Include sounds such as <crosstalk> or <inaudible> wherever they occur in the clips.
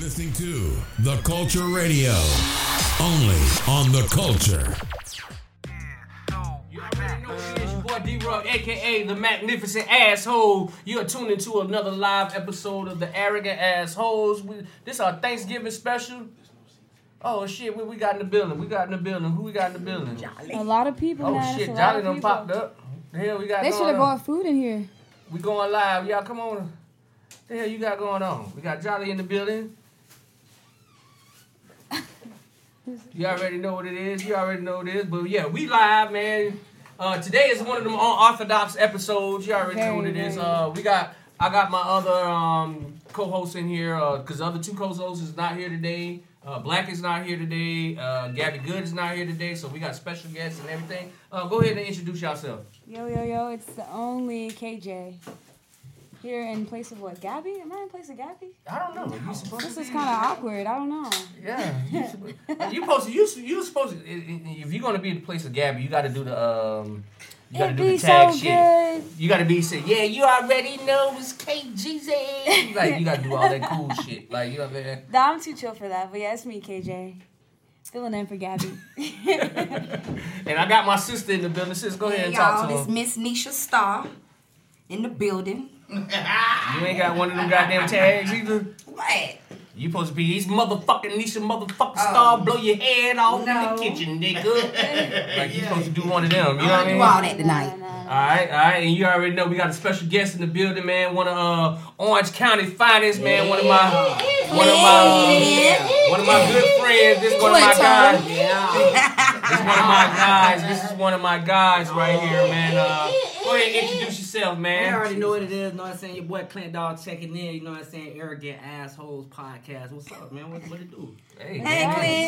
listening to The Culture Radio, only on The Culture. You already know who it is, your boy D Rock, aka the Magnificent Asshole. You are tuned into another live episode of the Arrogant Assholes. We, this our Thanksgiving special. Oh shit, what we got in the building? We got in the building. Who we got in the building? A lot of people. Oh man, shit, that's a lot Johnny of done people. popped up. The hell we got They should going have on? brought food in here. We going live, y'all. Come on. The hell you got going on? We got Jolly in the building. You already know what it is. You already know what it is. But yeah, we live, man. Uh, today is one of them unorthodox episodes. You already know what it is. Very, very. Uh, we got. I got my other um, co-host in here because the other two co-hosts is not here today. Uh, Black is not here today. Uh, Gabby Good is not here today. So we got special guests and everything. Uh, go ahead and introduce yourself. Yo, yo, yo, it's the only KJ. Here in place of what? Gabby? Am I in place of Gabby? I don't know. You supposed This to is be- kind of awkward. I don't know. Yeah, you <laughs> supposed- you supposed to you su- you supposed to i- i- if you're gonna be in the place of Gabby, you gotta do the um, you gotta It'd do the be tag so shit. good. You gotta be say, yeah, you already know it's KGZ. like you gotta do all that cool shit. Like you know what I'm saying? Nah, I'm too chill for that, but yeah, it's me, KJ. Filling in for <laughs> Gabby. And I got my sister in the building. Sis, go ahead Hey, and y'all, talk to this him. Miss Nisha Star in the building. You ain't got one of them goddamn tags either. What? You supposed to be these motherfucking Nisha motherfucking star blow your head off Oh. No. in Uh, the kitchen, nigga. <laughs> like you supposed to do one of them. You know what I do mean? all that tonight. Nah, nah. All right, all right, and you already know we got a special guest in the building, man. One of uh, Orange County finest, man. One of my, one of my, uh, one of my good friends. This one of my guys. This one of my guys. This is one of my guys right here, man. Uh, go ahead, and introduce yourself, I already man. know what it is, you know what I'm saying? Your boy Clint Dog checking in, you know what I'm saying? Arrogant Assholes Podcast. What's up, man? What, what it do? Hey, Hey,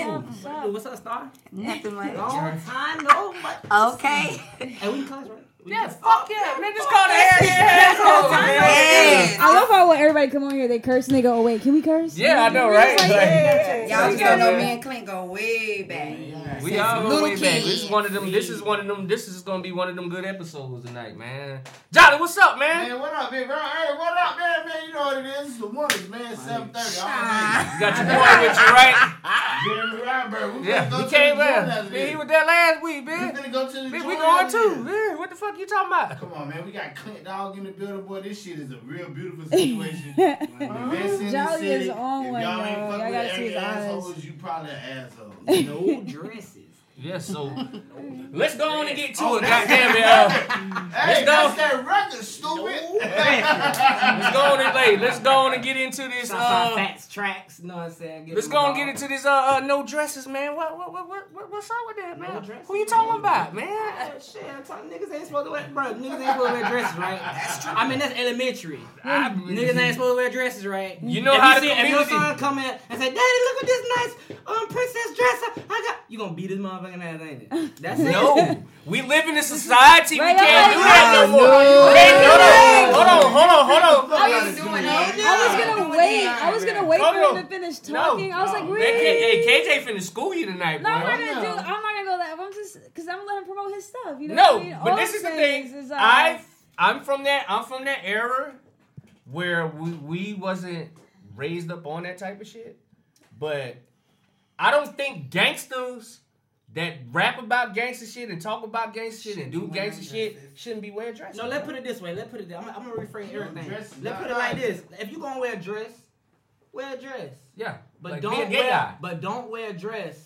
man. Clint. What's What it up? do? What's up, Star? Nothing like Long time no, but. <laughs> Okay. Hey, we in class, right? We Yeah, in class? fuck yeah, man. Just call the asshole, man. Yes. I love how when everybody come on here, they curse and they go, oh, wait, can we curse? Yeah, I know, right? It's like, Like- Y'all just don't know me and Clint go way back. We all the little way back. This is one of them. This is one of them. This is gonna be one of them good episodes tonight, man. Johnny, what's up, man? Man, what up, big bro? Hey, what up, man? Man, you know what it is. It's the wonders, man. Seven thirty. Ah. You got your boy with you, right? Jeremy Reinberg. We finna go Yeah, to he the came gym last. after Man, this. he was there last week, We man. finna go to the Man, gym we going after too, this. man. What the fuck you talking about? Come on, man. We got Clint Dog in the building, boy. This shit is a real beautiful situation. The best in the Jolly is city. on If one, y'all ain't y'all. fuck Y'all with gotta see every his eyes. asshole, you probably an asshole. No dresses. Yeah, <laughs> so let's go on and get to Oh, it. that's- Goddamn it! Uh, hey, go. that's that record, stupid. <laughs> let's go on and lay. Let's go on and get into this. Southside Uh, Fats Tracks, you know what I'm saying? Give let's them go a on and ball. get <laughs> into this. Uh, uh, no dresses, man. What, what, what, what, what- what's up with that, man? dresses, Who you talking man. about, man? Oh, Shit, I'm talking niggas ain't supposed to wear, bro. Niggas ain't supposed to wear dresses, right? That's true. I mean, that's elementary. I- Niggas ain't supposed to wear dresses, right? You know how you the see- If your community. son come in and say, "Daddy, look at this nice um princess dress I- I got," you gonna beat this motherfucking ass, ain't it? That's it. No, we live in a society. We Right, can't right, do that no right. more. We can't do that. Hold on, hold on, hold on. What you doing, man? <laughs> I was gonna wait. I was gonna wait Hold for on. him to finish No, talking. I was like, Man, K- wait. hey, KJ finna school you tonight, No, I'm not bro. gonna do. I'm not gonna go that. I'm just because I'm gonna let him promote his stuff. You know. what I mean? No, but All this I'm is the saying thing. is, uh, I I'm from that I'm from that era where we we wasn't raised up on that type of shit. But I don't think gangsters that rap about gangster shit and talk about gangster shit and do gangster shit shouldn't be wearing dresses. No, let's put it this way. Let's put it. This. I'm, I'm gonna rephrase Your everything. dress is Let's not put it like nice. this: If you gonna wear a dress, wear a dress. yeah, But Like, be a don't gay wear. guy. But don't wear a dress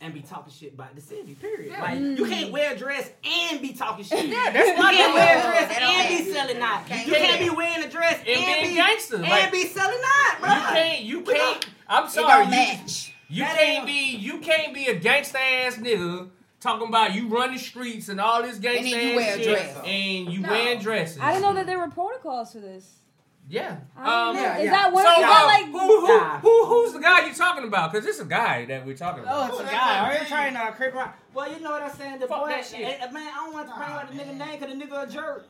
and be talking shit about the city. Period. Yeah. Like you can't wear a dress and be talking shit. Yeah, that's you can't wear No, a dress that don't and be happen. selling out. Can't You do can't that. be wearing a dress And being be gangster, and like- be selling out, bro. You can't. You can't. I'm It sorry. don't You, match. you That can't ain't- be. You can't be a gangsta ass nigga talking about you run the streets and all this then gangsta you ass wear a shit dress. and you No. wearing dresses. I didn't know that there were protocols for this. Yeah. I Um. don't know. yeah, is yeah. that So one? is that uh, like who, who, Nah. who who's the guy you talking about? Cause it's a guy that we're talking Oh, about. it's a that's guy. what Are I'm you trying to creep around? Well, you know what I'm saying. The Fuck boy, that shit. eh, eh, man, I don't want to bring out the nigga name because the nigga a jerk.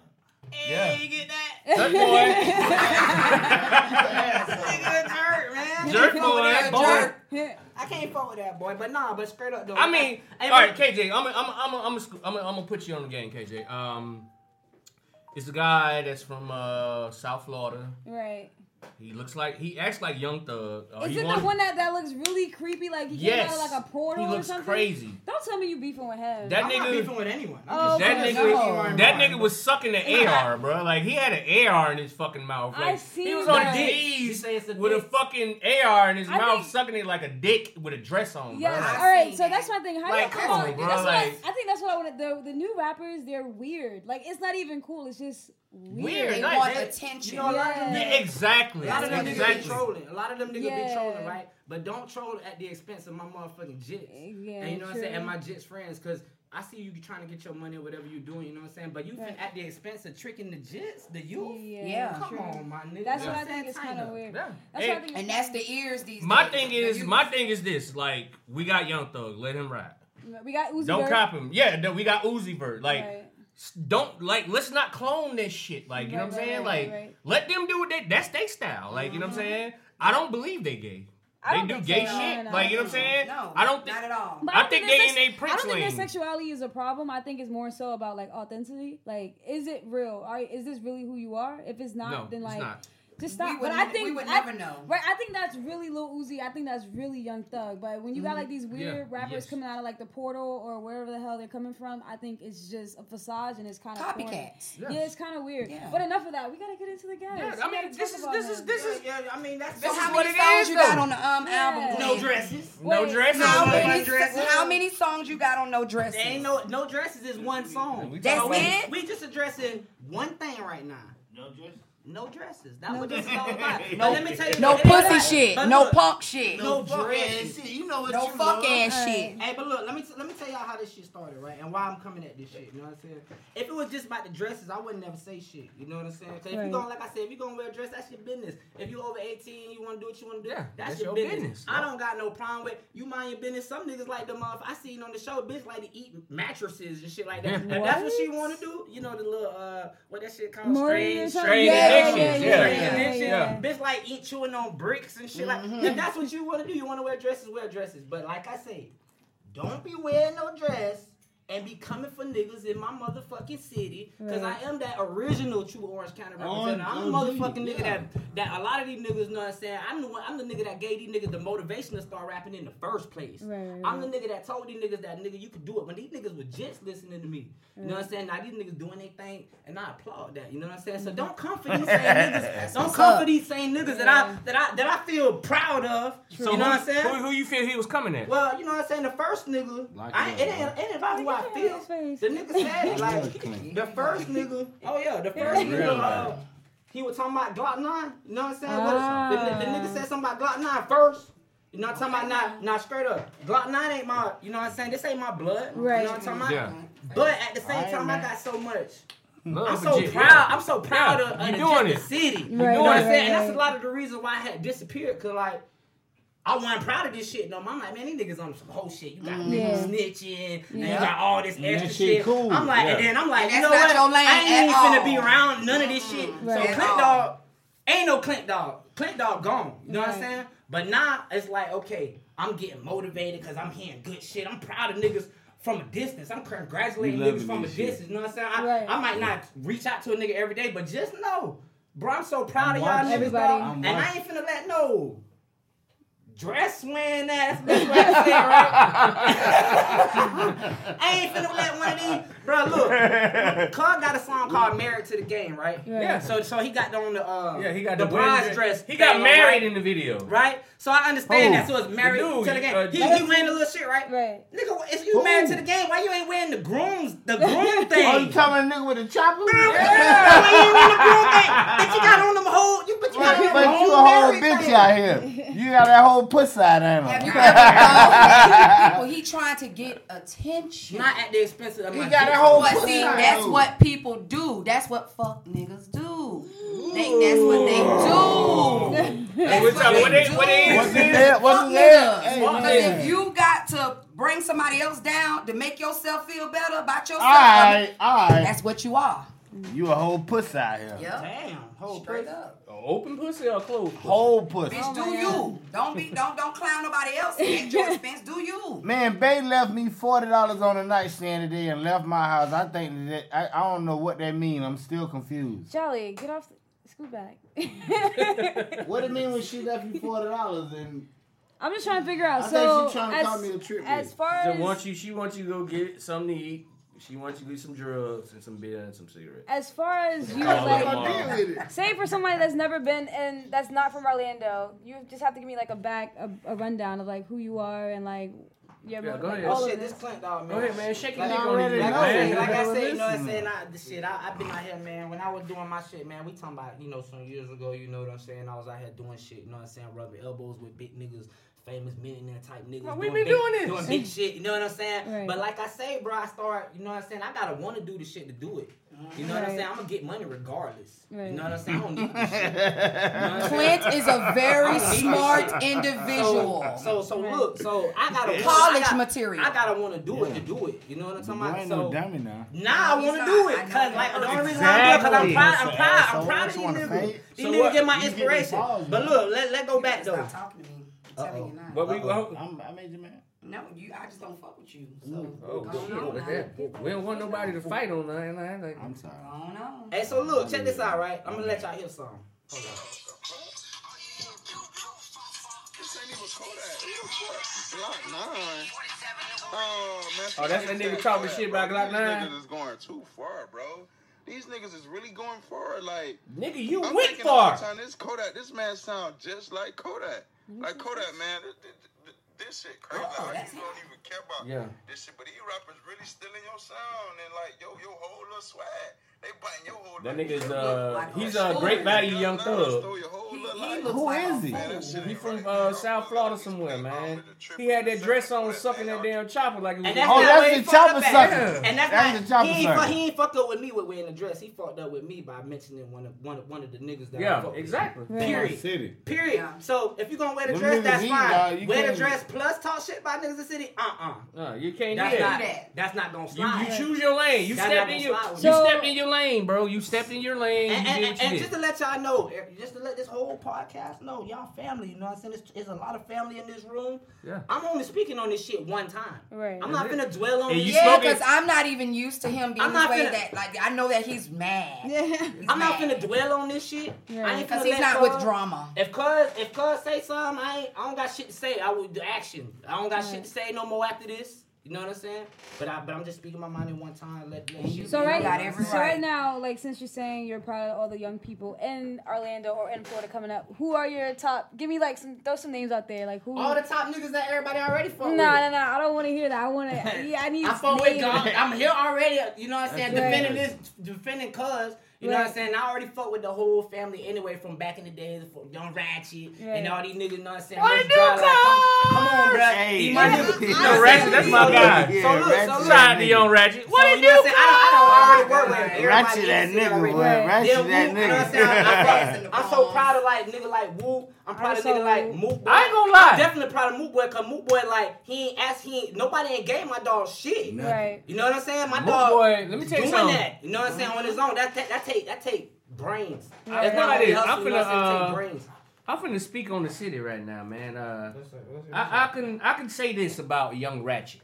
Yeah. Hey, you get <laughs> that? Jerk boy. <laughs> nigga a jerk, <laughs> man. Jerk Fuck with boy. that Jerk. I can't fuck with that boy, but nah, but straight up though. I mean, Hey, all right, man. KJ. I'm i I'm i I'm i I'm i am I'm gonna put you on the game, KJ. Um, it's a guy that's from uh South Florida. right? He looks like he acts like Young Thug. Uh, Is he it wanna- the one that, that looks really creepy? Like he Yes. came out of like a portal He or looks something? crazy. Don't tell me you beefing with him. That I'm not beefing nigga, with anyone. I'm Oh, just- that my nigga- God. that nigga was sucking <laughs> the AR, bro. Like he had an AR in his fucking mouth. I Like, seen He was that. on You knees say it's a with a dick. fucking AR in his I mouth, think- sucking it like a dick with a dress on. Yes. bro. I've All right. seen So that. that's my thing. How Like, do you come come on, on? bro, That's what I, like- I think that's what I wanted. The, the new rappers, they're weird. Like it's not even cool. It's just weird. Weird. They like want that. attention. You know, a lot of them Yeah. Yeah, exactly. A lot of them niggas be exactly. trolling. A lot of them niggas be Yeah. trolling, right? But don't troll at the expense of my motherfucking jits. Yeah, and you know what I'm true. saying? And my jits friends, because I see you trying to get your money or whatever you doing, you know what I'm saying? But you Right. fin at the expense of tricking the jits, the youth. Yeah. Come true. on, my nigga. That's You know what I I'm saying? think is Tighten kind of up. weird. Yeah. That's Hey, what I think. And that's the ears these My days. thing The is, youth. my thing is this: like, we got Young Thug, let him ride. we got Uzi Don't Vert. cop him. Yeah, no, we got Uzi Vert. Like, Right. s- don't like. Let's not clone this shit. Like, you know Right, what I'm right, saying? right, like, right, right. let them do what they. That's their style. Like, you know what I'm saying? I don't believe they gay. I They don't do think gay so. No, shit. no, like, you know what I'm saying? No, I don't think. not at all. But I don't think their they in sex- they I don't think Prince their lane. sexuality is a problem. I think it's more so about like authenticity. Like, is it real? Are is this really who you are? If it's not, No, then it's like not. just stop. We would but I ne- we think would I- never know. Right? I think that's really Lil Uzi. I think that's really Young Thug. But when you Mm-hmm. got like these weird Yeah, rappers yes. coming out of like the portal or wherever the hell they're coming from, I think it's just a facade and it's kind of Copycats. Yeah, it's kind of weird. Yeah. But enough of that. We gotta get into the guys. Yeah, We I gotta mean, this talk is about this is him. this is Yeah, yeah, I mean, that's So This how is what many it songs is, you got though. on the um album? Yeah. no Queen? dresses. no Wait, dresses. How on. many, No dresses. how many songs you got on No Dresses? There ain't no no dresses is one song. That's So we- it? We just addressing one thing right now. No dress. No dresses. That what this is <laughs> all about. But No- let me tell you, No it ain't pussy like- shit. but No look, punk shit. No fuck dress. ass shit. You know what No you fuck love. ass shit. Hey, but look, let me let me tell y'all how this shit started, right? And why I'm coming at this shit. You know what I'm saying? If it was just about the dresses, I would never say shit. You know what I'm saying? 'Cause if Right. you gonna, like I said, if you gonna wear a dress, that's your business. If you over 18, you wanna do what you wanna do. Yeah, that's, that's your, your business. business, I yeah. don't got no problem with you mind your business. Some niggas like the motherf I seen on the show, bitch like to eat mattresses and shit like that. Yeah. If that's what What? she wanna do, you know the little uh what that shit called Morning or strange, something? Strain yeah, yeah, addictions, yeah, yeah, yeah, yeah, yeah, yeah. yeah. Mm-hmm. Bitch, like eat chewing on bricks and shit. Like, if that's what you want to do, you want to wear dresses, wear dresses. But like I say, don't be wearing no dress and be coming for niggas in my motherfucking city. Cause Right. I am that original true Orange County representative. I'm the OG, motherfucking nigga yeah. that that a lot of these niggas know what I'm saying. I'm the one, I'm the nigga that gave these niggas the motivation to start rapping in the first place. Right, right, I'm the nigga that told these niggas that nigga you could do it. When these niggas were just listening to me. You know what I'm saying? Now these niggas doing their thing and I applaud that. You know what I'm saying? So don't come for these same niggas. Don't what's come up. for these same niggas that I that I that I feel proud of. So you know who, what I'm saying? Who, who you feel he was coming at? Well, you know what I'm saying? The first nigga, Like I, him, it, ain't, it ain't about who I Look at feel. his face. The nigga said it. Like, the first nigga, oh yeah, the first nigga, uh, he was talking about Glock 9. You know what I'm saying? What- Ah. the, the nigga said something about Glock 9 first. You know what I'm talking about? Not, not straight up. Glock 9 ain't my, you know what I'm saying? This ain't my blood. You Right. know what I'm talking about? Yeah. But at the same Alright, time, I man. got so much. Love I'm for so Jit, proud. yeah. I'm so proud Yeah, of, of you the doing Jefferson it. city. you know Right, what I'm right, saying? right, And that's right. a lot of the reason why I had disappeared. Cause like I wasn't proud of this shit. No, I'm like, man, these niggas on some whole shit. You got Yeah. niggas snitching, and you Mm. Yeah. got all this extra that shit shit. cool. I'm like, and Yeah. then I'm like, And you know that's what? not your lane I ain't at even finna all. be around none of this shit. Right. So At Clint all. Dog, ain't no Clint Dog. Clint Dog gone. You know what I'm Right. saying? But now it's like, okay, I'm getting motivated because I'm hearing good shit. I'm proud of niggas from a distance. I'm congratulating We loving niggas from a this shit. distance. You know what I'm saying? I, Right. I might not reach out to a nigga every day, but just know, bro, I'm so proud of y'all watching. niggas. Everybody. dog, I'm and I watching. ain't finna let no dress wearing ass bitch right there, right? <laughs> I ain't finna let one of these, bro. Look, Cub got a song called "Married to the Game," right? Yeah. So, so he got on the uh, Yeah, he got the, the bronze wedding dress. He got thing, married right? in the video. right? So I understand Who? that. So it's married The dude, to the game. uh, he, Jay- he wearing the little shit, right? Right. Nigga, if you married to the game, why you ain't wearing the groom's the groom thing? Oh, you talking about a nigga with a chopper? Yeah, why you ain't wearing the groom thing? But you got on them whole. You but you got But on you them a whole whole married bitch thing. out here. You got that whole pussy out Have you there. ever known <laughs> people? He trying to get attention. Not at the expense of my He got dick. that whole But pussy see, out that's there. what people do. That's what fuck niggas do. They, that's what they What do. That's y'all- what they- do. what they- What's in there? What's in there? Fuck Hey, niggas. 'Cause man. if you got to bring somebody else down to make yourself feel better about yourself, Alright, alright. that's what you are. You a whole pussy out here. Yep. Damn, whole Straight pussy. up. A Open pussy or closed? Pussy? Whole pussy. Bitch, Oh do my you. Don't be don't don't clown nobody else at <laughs> your expense. Do you. Man, Bay left me forty dollars on the nightstand today and left my house. I think that I, I don't know what that mean. I'm still confused. Jolly, get off. The, Scoot back. <laughs> <laughs> What it mean when she left you forty dollars and I'm just trying to figure out. I so think she trying to as, call me a trip. as far So as want you, she wants you to go get something to eat. She wants you to get some drugs and some beer and some cigarettes. as far as you Call like, them all. I deal with it. Say for somebody that's never been and that's not from Orlando, you just have to give me like a back a, a rundown of like who you are and like your Yeah, mo- go like, ahead. all Oh of shit, this. this plant dog, man. Go ahead, man. Shake your Like, dick I'm on it, ready to Like I said, like man. I said, you Listen. know what I'm saying? I, the shit, I, I've been out here, man. When I was doing my shit, man, we talking about, you know, some years ago, you know what I'm saying? I was out here doing shit, you know what I'm saying? Rubbing elbows with big niggas, famous millionaire type niggas. Well, we doing been big- doing this. Doing big shit, you know what I'm saying? Right. But like I say, bro, I start, you know what I'm saying? I gotta wanna do the shit to do it. You know what I'm Right. saying? I'm gonna get money regardless. Right. You know what I'm saying? I don't need this shit. You know what I'm saying? Clint is a <laughs> very smart individual. So, so look, so I College gotta I gotta- material. I gotta want to do it to do it. You know what I'm talking You about? ain't so, no dummy now. Nah, I No, want to he's do not. I it. know Cause that. like the only reason I'm because I'm Exactly. proud. I'm proud. So Ah, I'm what proud of you these wanna niggas. say? These So niggas what? get my You get inspiration. balls, But man. look, let let go back though. Stop talking to me. I'm telling you not. But we Uh-oh. I'm, I made you mad. No, you. I just don't fuck with you. So Ooh. Oh, go shit, on with now. that. We don't want nobody to fight on that. Like, like, I'm sorry. Go on. on. Hey, so look, check this out, right? I'm gonna let y'all hear some. Glock nine. Oh man. Oh, that's that nigga talking shit about Glock These nine? niggas is going too far, bro. These niggas is really going far. Like nigga, you I'm went thinking far. all the time, this Kodak, this man sound just like Kodak. Like Kodak, man. th- th- th- This shit crazy. like, that's you don't even care about Yeah. this shit. But these rappers really stealing your sound and like yo, your whole little swag. They biting your whole. That little- nigga's uh, he's a great value young Glock 9 thug. stole your whole He- he little life. looks Who like a is he? fool. Man, that shit He ain't from right. uh, South Florida somewhere, man. He had that dress on, sucking that damn chopper like it was. And that's Oh, not that's where he the fucked up chopper at. sucker. And that's, That's not. the chopper he, ain't fu- sucker. he ain't fucked up with me with wearing a dress. He fucked up with me by mentioning one of one of, one of the niggas that. I yeah, fuck with. exactly. Period. City. Period. Yeah. So if you gonna wear the Them dress, niggas that's eat, fine. dog. You wear the can't- dress plus talk shit about niggas in the city. Uh uh No, you can't That's do that. not. that. That's not gonna You, slide. you choose your lane. You That's stepped not in gonna your slide with you you. stepped in your lane, bro. You stepped in your lane. And, you and, did and, what you and did. just to let y'all know, er, just to let this whole podcast know, y'all family, you know what I'm saying? There's, there's a lot of family in this room. Yeah. I'm only speaking on this shit one time. Right. I'm not That's gonna dwell on And this. you shit. Yeah, smoking- because I'm not even used to him being I'm the not way finna- that. Like I know that he's mad. Yeah. He's I'm mad. not gonna dwell on this shit. I Right. ain't Cause finna he's let not cuz- with drama. If cuz if cuz say something, I ain't I don't got shit to say. I would do action. I don't got shit Right. to say no more after this. You know what I'm saying? But I but I'm just speaking my mind in one time. Let, let shit So be. right, got every so right. right now, like since you're saying you're proud of all the young people in Orlando or in Florida coming up, who are your top? Give me like some, throw some names out there, like who? all the top niggas that everybody already fuck no, no, with. no, I don't want to hear that. I <laughs> want to. <laughs> Yeah, I need. I fought with names. God. I'm here already. You know what I'm saying? That's Defending right. this, defending cuz. You know what I'm Right. saying? I already fucked with the whole family anyway from back in the days, from Young Ratchet and Right. all these niggas. You know what I'm saying? What Most it do, dry, like, come, come on, bro. Hey. These my Yeah, niggas. You know what I'm I- No, Ratchet, saying? that's my guy. So look, Yeah, so Ratchet. look. Shout out to Young Ratchet. So, What you it know do, what I'm saying? I don't, I don't already work with Right. everybody Ratchet that in the city nigga, already. boy. Right. Then Ratchet Whoop, that you know what I'm saying? <laughs> nigga. I'm- <laughs> I'm, I'm so proud of like nigga like Whoop. I'm proud of nigga Also- like Moot Boy. I ain't gonna lie. I'm definitely proud of Moot Boy because Moot Boy like he ain't asked he ain't, nobody ain't gave my dog shit. No. Right. You know what I'm saying? My Moot dog Boy, let me tell you doing something. that. You know what I'm saying? On his own. That that, that take that take brains. I That's feel not like only this. I hustle, you know feel what I'm saying? like, Take uh, brains. I'm finna speak on the city right now, man. Uh, I, I can I can say this about Young Ratchet.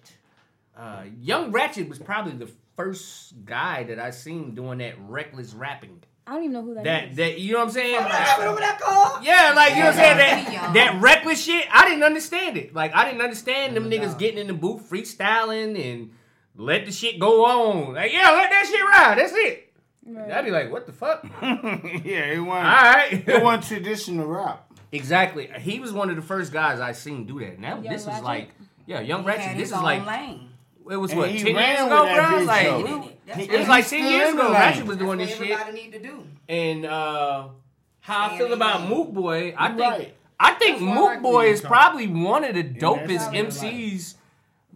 Uh, Young Ratchet was probably the first guy that I seen doing that reckless rapping. I don't even know who that That is. that you know what I'm saying? Whatever, whatever that called? Yeah, like you know what I'm saying? That Yeah. that reckless shit, I didn't understand it. Like I didn't understand them niggas getting in the booth freestyling and let the shit go on. Like, yeah, let that shit ride. That's it. I'd be like, what the fuck? <laughs> All yeah, it wasn't. right. It wasn't traditional rap. Exactly. He was one of the first guys I seen do that. Now Young this is Ratchet? like yeah, Young He Ratchet. had This his is own like lane. it was And what he ten ran years ago, with bro. that bitch, though. Like That's what it was like still ten years in ago. the Ratchet lane. was That's doing what this shit. everybody need to do. And uh, how I Stay feel in the about lane. Moot Boy, I You're think right. I think why I Moot like Boy when is you talk. probably one of the that's dopest what I like. MCs.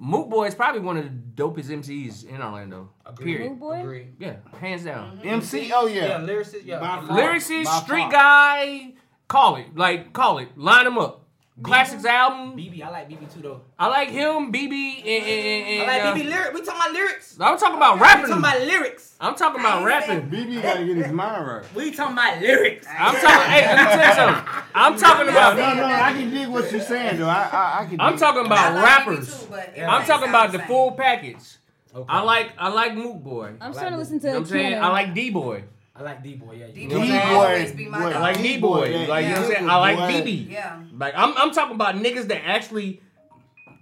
Moot Boy is probably one of the dopest MCs in Orlando. Period. Moot Boy? Agreed. Yeah, hands down. MC, oh Yeah, yeah. lyricist. Yeah. By Mm-hmm. far. Lyricist, By street far. guy, call it like call it. Line him up. Classics album. BB, I like BB too though. I like him, BB, and, and, and, I like uh, BB lyric. We talking about lyrics. I'm talking about We rapping. talking about lyrics. I'm talking about rapping. BB gotta get his mind right. We talking about lyrics. I'm talking. hey, let me tell you something. I'm <laughs> talking No, about. no, no, I can dig what you're saying, though. I, I, I can. I'm dig. talking about I like BB rappers. too, but I'm everybody talking sound about the same. full package. Okay. I like I like Moot Boy. You know I'm starting to listen to. what I'm saying? Keanu. I like D Boy. I like D boy. Yeah, you D-Boy. know what I'm saying? always be my boy. dog. I like D boy. Yeah, Like you know what I'm yeah. saying? I like Boy. BB. Yeah. Like I'm I'm talking about niggas that actually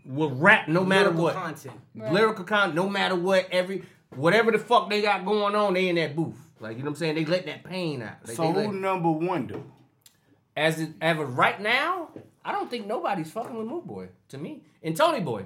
will rap no matter Lyrical what. Content. Right. Lyrical content, no matter what, every whatever the fuck they got going on, they in that booth. Like you know what I'm saying? They let that pain out. Like, So they who let- number one though? as it, as of right now, I don't think nobody's fucking with Moot Boy to me and Tony Boy.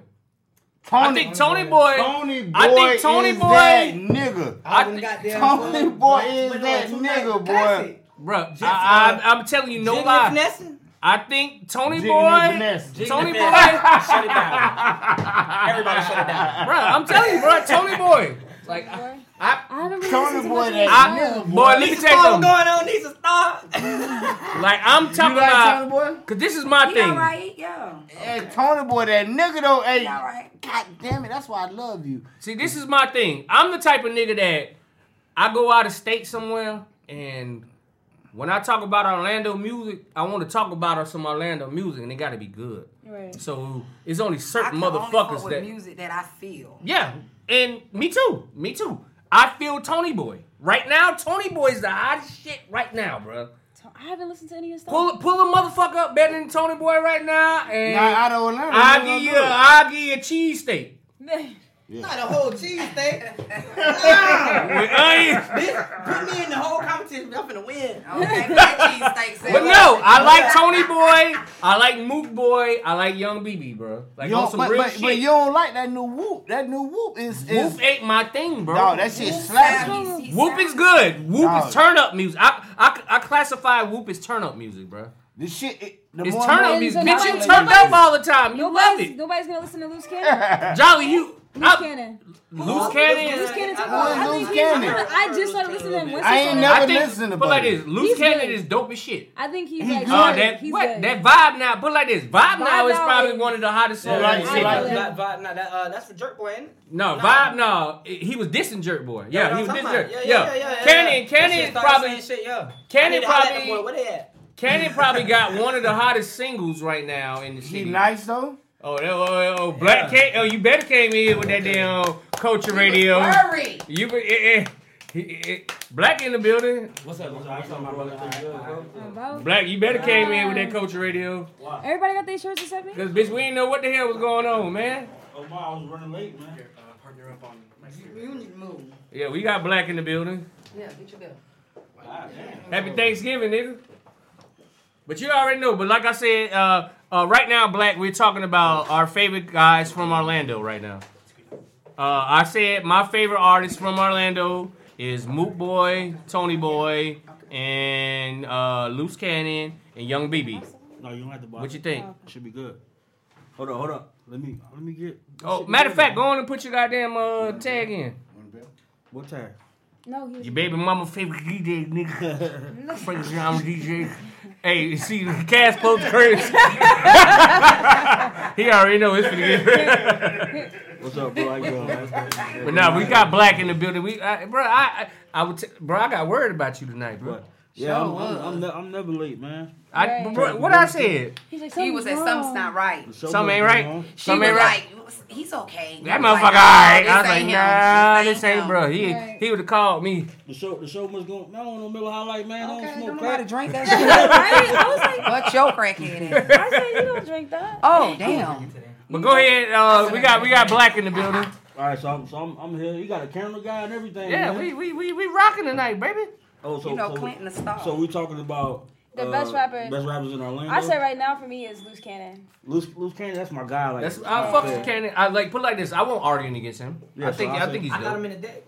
I think Tony Boy. Tony Boy. I think Tony is Boy. that nigga. I Them think- goddamn Tony fucking- Boy Went- is went that on two nigga, nights. boy. That's it. Bruh, Just, I, uh, I, I'm telling you, Jiggly nobody. finessing? I think Tony Jiggly Boy. finessing. Tony Jiggly Boy. finessing. shut it down. Everybody shut it down. Bruh, I'm telling you, bruh, Tony Boy. Like, I, Boy. I, I don't really Tony listen to Boy much that of his I- music. nigga, boy, let me Needs a tell you star. What's something. going on? Needs a <laughs> star. Like, I'm talking like about. Tony Boy? Cause this is my He thing. all right, yeah. Hey, Tony Boy, that nigga though. Hey, All right. God damn it, that's why I love you. See, this is my thing. I'm the type of nigga that I go out of state somewhere, and when I talk about Orlando music, I want to talk about some Orlando music, and it got to be good. Right. So it's only I certain can only fuck motherfuckers with that. music that I feel. Yeah, and me too. Me too. I feel Tony Boy right now. Tony Boy is the hottest shit right now, bro. To- I haven't listened to any of his stuff. Pull pull a motherfucker up better than Tony Boy right now, and Nah, I don't know. I'll give you a, I'll give you a cheesesteak Not a whole cheese steak. with onions. Put me in the whole competition. I'm finna win. Okay, that cheesesteak <laughs> said- But no, I like Tony Boy. I like Mook Boy. I like Young BB, bro. Like You on don't, some but, real but, shit. but you don't like that new whoop. That new whoop is is Whoop ain't my thing, bro. dog. That shit Whoop slaps. sound- me. he Whoop sound- is good. Whoop Dog. is turn up music. I, I I classify Whoop as turn up music, bro. The shit. It, the It's more turn more- up Nobody's- music. Bitch, you nobody's- turned up all the time. You love Nobody's, it. nobody's gonna listen to Loose Cannon. <laughs> Jolly, you Loose I, Cannon. loose Loose cannon. Cannon. I Tony Boy. love I Loose think he's- I Cannon. think- I just started listening to him. once I he ain't started- never I think, listened to put like Buddy. this, loose He's cannon good. is dope as shit. I think he's He's like good. Uh, good. that He's what, good. that vibe now, put like this, vibe now is Now probably is- one of the hottest songs. like- in the I city. like that. vibe. Nah, that, uh, that's for jerk boy. ain't it? No, Nah. Vibe, no. He was dissing Jerk Boy. Yeah, That's he was what I'm dissing Jerk. talking Yeah, about. Cannon, That Cannon shit is started probably, saying shit, yeah. Cannon I need to holler at probably- that boy, Where they at? Cannon <laughs> probably got one of the hottest singles right now in the He city. nice though. Oh, that- oh, oh, oh, Black Cat. Oh, you better came in with that damn culture radio. Hurry. You, be- eh, eh, eh, eh, Black in the building. What's up? What's up? I'm talking about brother. About- Black, you better came in with that culture radio. Everybody got their shirts except me. Cause bitch, we didn't know what the hell was going on, man. Omar, I was running late, man. Partner up on my You need to move. Yeah, we got Black in the building. Yeah, get your bill. God damn. Happy Thanksgiving, nigga. But you already know. But like I said, uh, uh, right now, Black, we're talking about our favorite guys from Orlando right now. Uh, I said my favorite artist from Orlando is Moot Boy, Tony Boy, and uh, Loose Cannon and Young BB. No, you don't have to buy What it. you think? Should be good. Hold on, hold up. Let me let me get. Oh, matter of fact, go on and put your goddamn uh, tag in. What time? No, he was Your baby mama favorite DJ, nigga. Frank John DJ. Hey, see, Cass post curse. <laughs> he already know it's finna get. What's up, bro? How you doing, man? but now we got black in the building. We, I, bro, I, I, I would, t- bro, I got worried about you tonight, bro. What? Yeah, I'm, I'm, I'm, ne- I'm never late, man. I, bro, what I said? He's like, He was at something's not right. The show Some must ain't go right. on. She Some was ain't right. like, he's okay. That He was motherfucker, all like, "No, right. this I was like, ain't him. nah, this ain't, him." bro. He, Right. he would have called me. The show, the show must go. on. Man, I don't know Miller High Life, man. I Okay, don't don't smoke nobody crack. drink <laughs> that shit. Right? I was like, But your crackhead <laughs> ass. I said, you don't <laughs> drink that. Oh, damn. But go ahead. Uh, we got, we got black in the building. All right, so I'm, so I'm, I'm here. You got a camera guy and everything. Yeah, man. we, we, we, we rocking tonight, baby. Oh, so You know so, Clinton the star. So we talking about uh, The best rapper. Best rappers in Orlando. I said right now for me is Loose Cannon. Loose, Loose Cannon. That's my guy. Like uh, That's I like fuck that. with Cannon. I like put it like this. I won't arguing against him. Yeah, I think so I I, say- think he's I got him dope. in the day.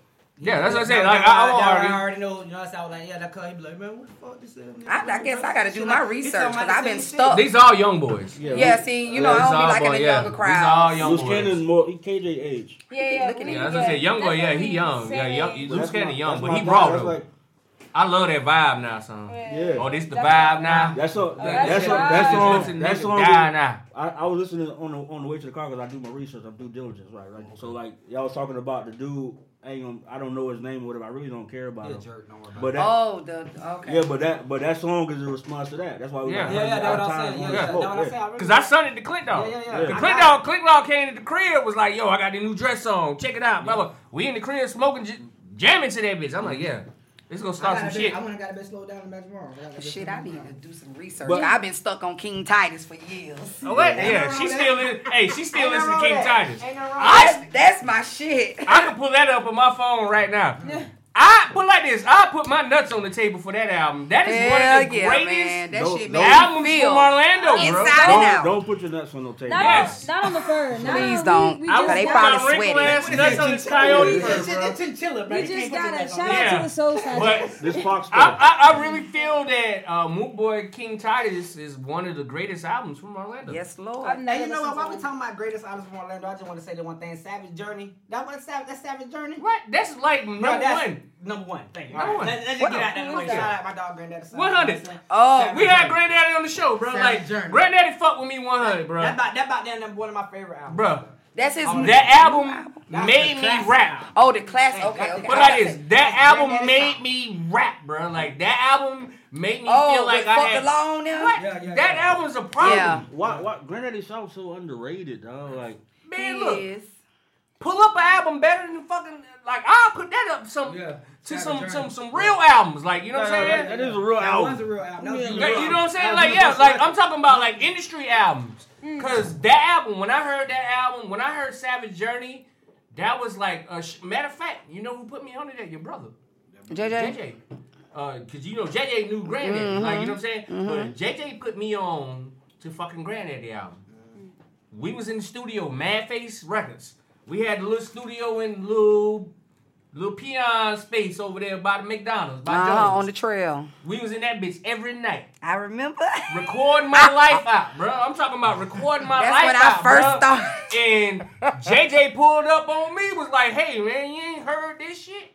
Yeah, that's what I said. Down- Like I, I down- won't down- I argue. already know. You know, what I'm saying? I was like, yeah, that cut. He be like, man, what the fuck this is? I, I guess I gotta do my research because I've been stuck. These all young boys. Yeah, Yeah, Loose- see, you know, These I don't all be liking boy, the yeah. younger These all crowd. young Loose boys. Cannon's more he KJ age. Yeah, yeah. Look at him. Yeah, that's what I said. Young boy, yeah, he young. Yeah, young. he- Loose That's Cannon my- young, that's but my he guy. raw That's though. like- I love that vibe now, son. Yeah. Oh, this the That's vibe now. That's on. That That's shit- on. that That's shit lets a on. That's nigga on. Die now. I, I was listening on the on the way to the car because I do my research. I do diligence, right? Right. So like y'all was talking about the dude. I ain't gonna- I don't know his name or whatever. I really don't care about Yeah, him. jerk. Don't worry about But that, Oh, the okay. yeah, but that but that song is a response to that. That's why we Yeah. it. Yeah, yeah, that's what I said. Yeah, yeah, that's what I said. really- Cause I sent it to Clint Dog. Yeah, yeah, yeah. The I Clint got Dog, Clint Dog came to the crib was like, "Yo, I got the new dress on. Check it out, blah blah." We in the crib smoking, j- jamming to that bitch. I'm like, "Yeah, It's gonna I start gotta some be- shit. I wanna gotta best slow down and back tomorrow. I gotta best Shit, slow I down. be to do some research. But- I've been stuck on King Titus for years. Oh, what? Yeah, wrong she with still in. Hey, she still Ain't listening to nothing King wrong with Titus. that. Ain't nothing wrong with I, That's, that's my shit. I can pull that up on my phone right <laughs> now. I put like this. I put my nuts on the table for that album. That is one of Hell the yeah, greatest man. That Those- shit those- made albums me from feel. Orlando, bro. Inside Don't, and out. don't put your nuts on no table. Not, Yes. on, not on the fur. Not Please on, don't. We, we I just was But they putting got, probably my wrinkled sweating. <laughs> ass nuts on this coyote fur, bro. It's chinchilla, bro. we You just can't put got that a back shout on. Yeah. out to the soul side. But This Fox I, stuff. I, I really feel that uh, Moot Boy King Titus is one of the greatest albums from Orlando. Yes, I've Lord. never Hey, you know what? While we listened to talking about greatest artists from Orlando, I just want to say the one thing: Savage Journey. That was Savage. That's Savage Journey. What? That's like number Bro, that's one. Number one. Thank you. Number All one. right. Let's, let's What just get out the that way. fuck? Shout out my dog granddaddy. Savage. 100. Oh, We had Granddaddy on the show, bro. Savage Like Journey. Granddaddy fucked with me 100, That bro. about that about damn number one of my favorite albums. Bro, that's his. that album That's made the me classic. rap. Oh, the class. Hey, Okay, that- okay. But like this, that That's album Granddaddy's made song. me rap, bro. Like that album made me Oh, feel like with I fuck had. the law on there. What? Yeah, yeah, that yeah. album's a problem. Yeah. Why, why, Granddaddy South so underrated, dog. Like, Man, look, Yes. pull up an album better than fucking like I'll put that up some Yeah. to Savage some Journey. some some real albums. Like you know what I'm saying? that is a real That was a album. real album. That was a Like, real you album. know what I'm saying? That Like was yeah, a like record. I'm talking about like industry albums. Mm. Cause that album, when I heard that album, when I heard Savage Journey, that was like a sh- matter of fact. You know who put me onto that? Your brother, JJ. JJ. Uh, Cause you know JJ knew Granddaddy. Like you know what I'm saying? Mm-hmm. But JJ put me on to fucking Granddaddy album. Mm. We was in the studio, Mad Face Records. We had the little studio in little little peon space over there by the McDonald's. By Uh-huh, on Jones. the trail. we was in that bitch every night I remember. recording my life out, bro. I'm talking about recording my <laughs> Ah, That's life when I out. first bruh. started. And JJ pulled up on me, was like, "Hey man, you ain't heard this shit."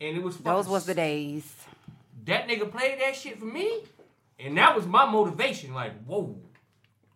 And it was fucking- Those was the days. That nigga played that shit for me, and that was my motivation. Like, whoa,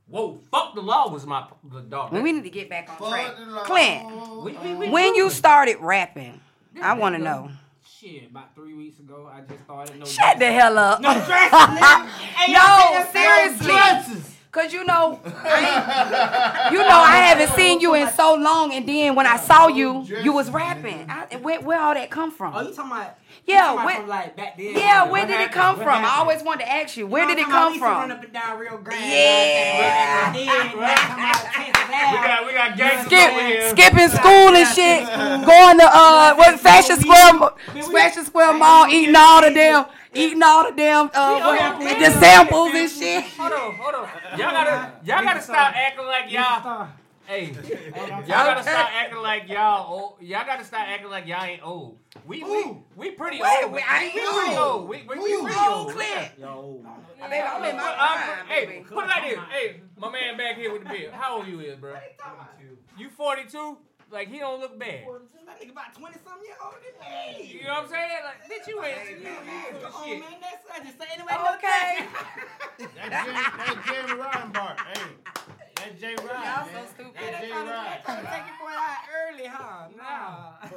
whoa, fuck the law was my the dog. We need to get back on track. Fuck the law. Clint, We- we- we when you doing? started rapping, I nigga want to know. Shit, about three weeks ago, I just started. No Shut the hell up. <laughs> No dresses, nigga. Hey, y'all No, say that sound seriously. dresses. Cause you <laughs> know, I ain't- you know, I haven't seen you in so long, and then when I saw you, you was rapping. I, where, where all that come Oh, you from? talking about? you Yeah, talking about when- from, like back then. Yeah, where Like, what did it happened? come What from? I happened? always wanted to ask you, where did You it know, come we used to Run from? up and down Rio Grande. <laughs> Yeah. you know what I'm saying? Run up and down Texas We Ave. got we got gangsters over Skip, here. skipping school and shit, going to uh, what Fashion Square, Mo- Fashion Square Mall, eating all the damn, eating all the damn uh, what, the samples and shit. Hold on, hold on. Y'all gotta y'all gotta stop acting like y'all. Hey, y'all gotta stop acting like y'all old. Y'all gotta stop acting like y'all ain't old. We we we pretty Wait, old. wait, I ain't we pretty old. old. We we, we pretty Oh, old. Clint, Yo, baby, I'm in my I'm- prime, hey, baby. put it like this. Hey, my man back here with the beard. How old you is, bro? You 42? Like he don't look bad. That nigga about 20 something year old than me. You know what I'm saying? Like, bitch, you ain't you, you full Come of on, shit. Oh, man. That's I just say anyway. no Okay. That's Jay, that's Jay Reinbart. Hey, that's Jay Ryan. Y'all man. so stupid. That's Jay Trying to Ryan. trying to take your boy out early, huh? Nah.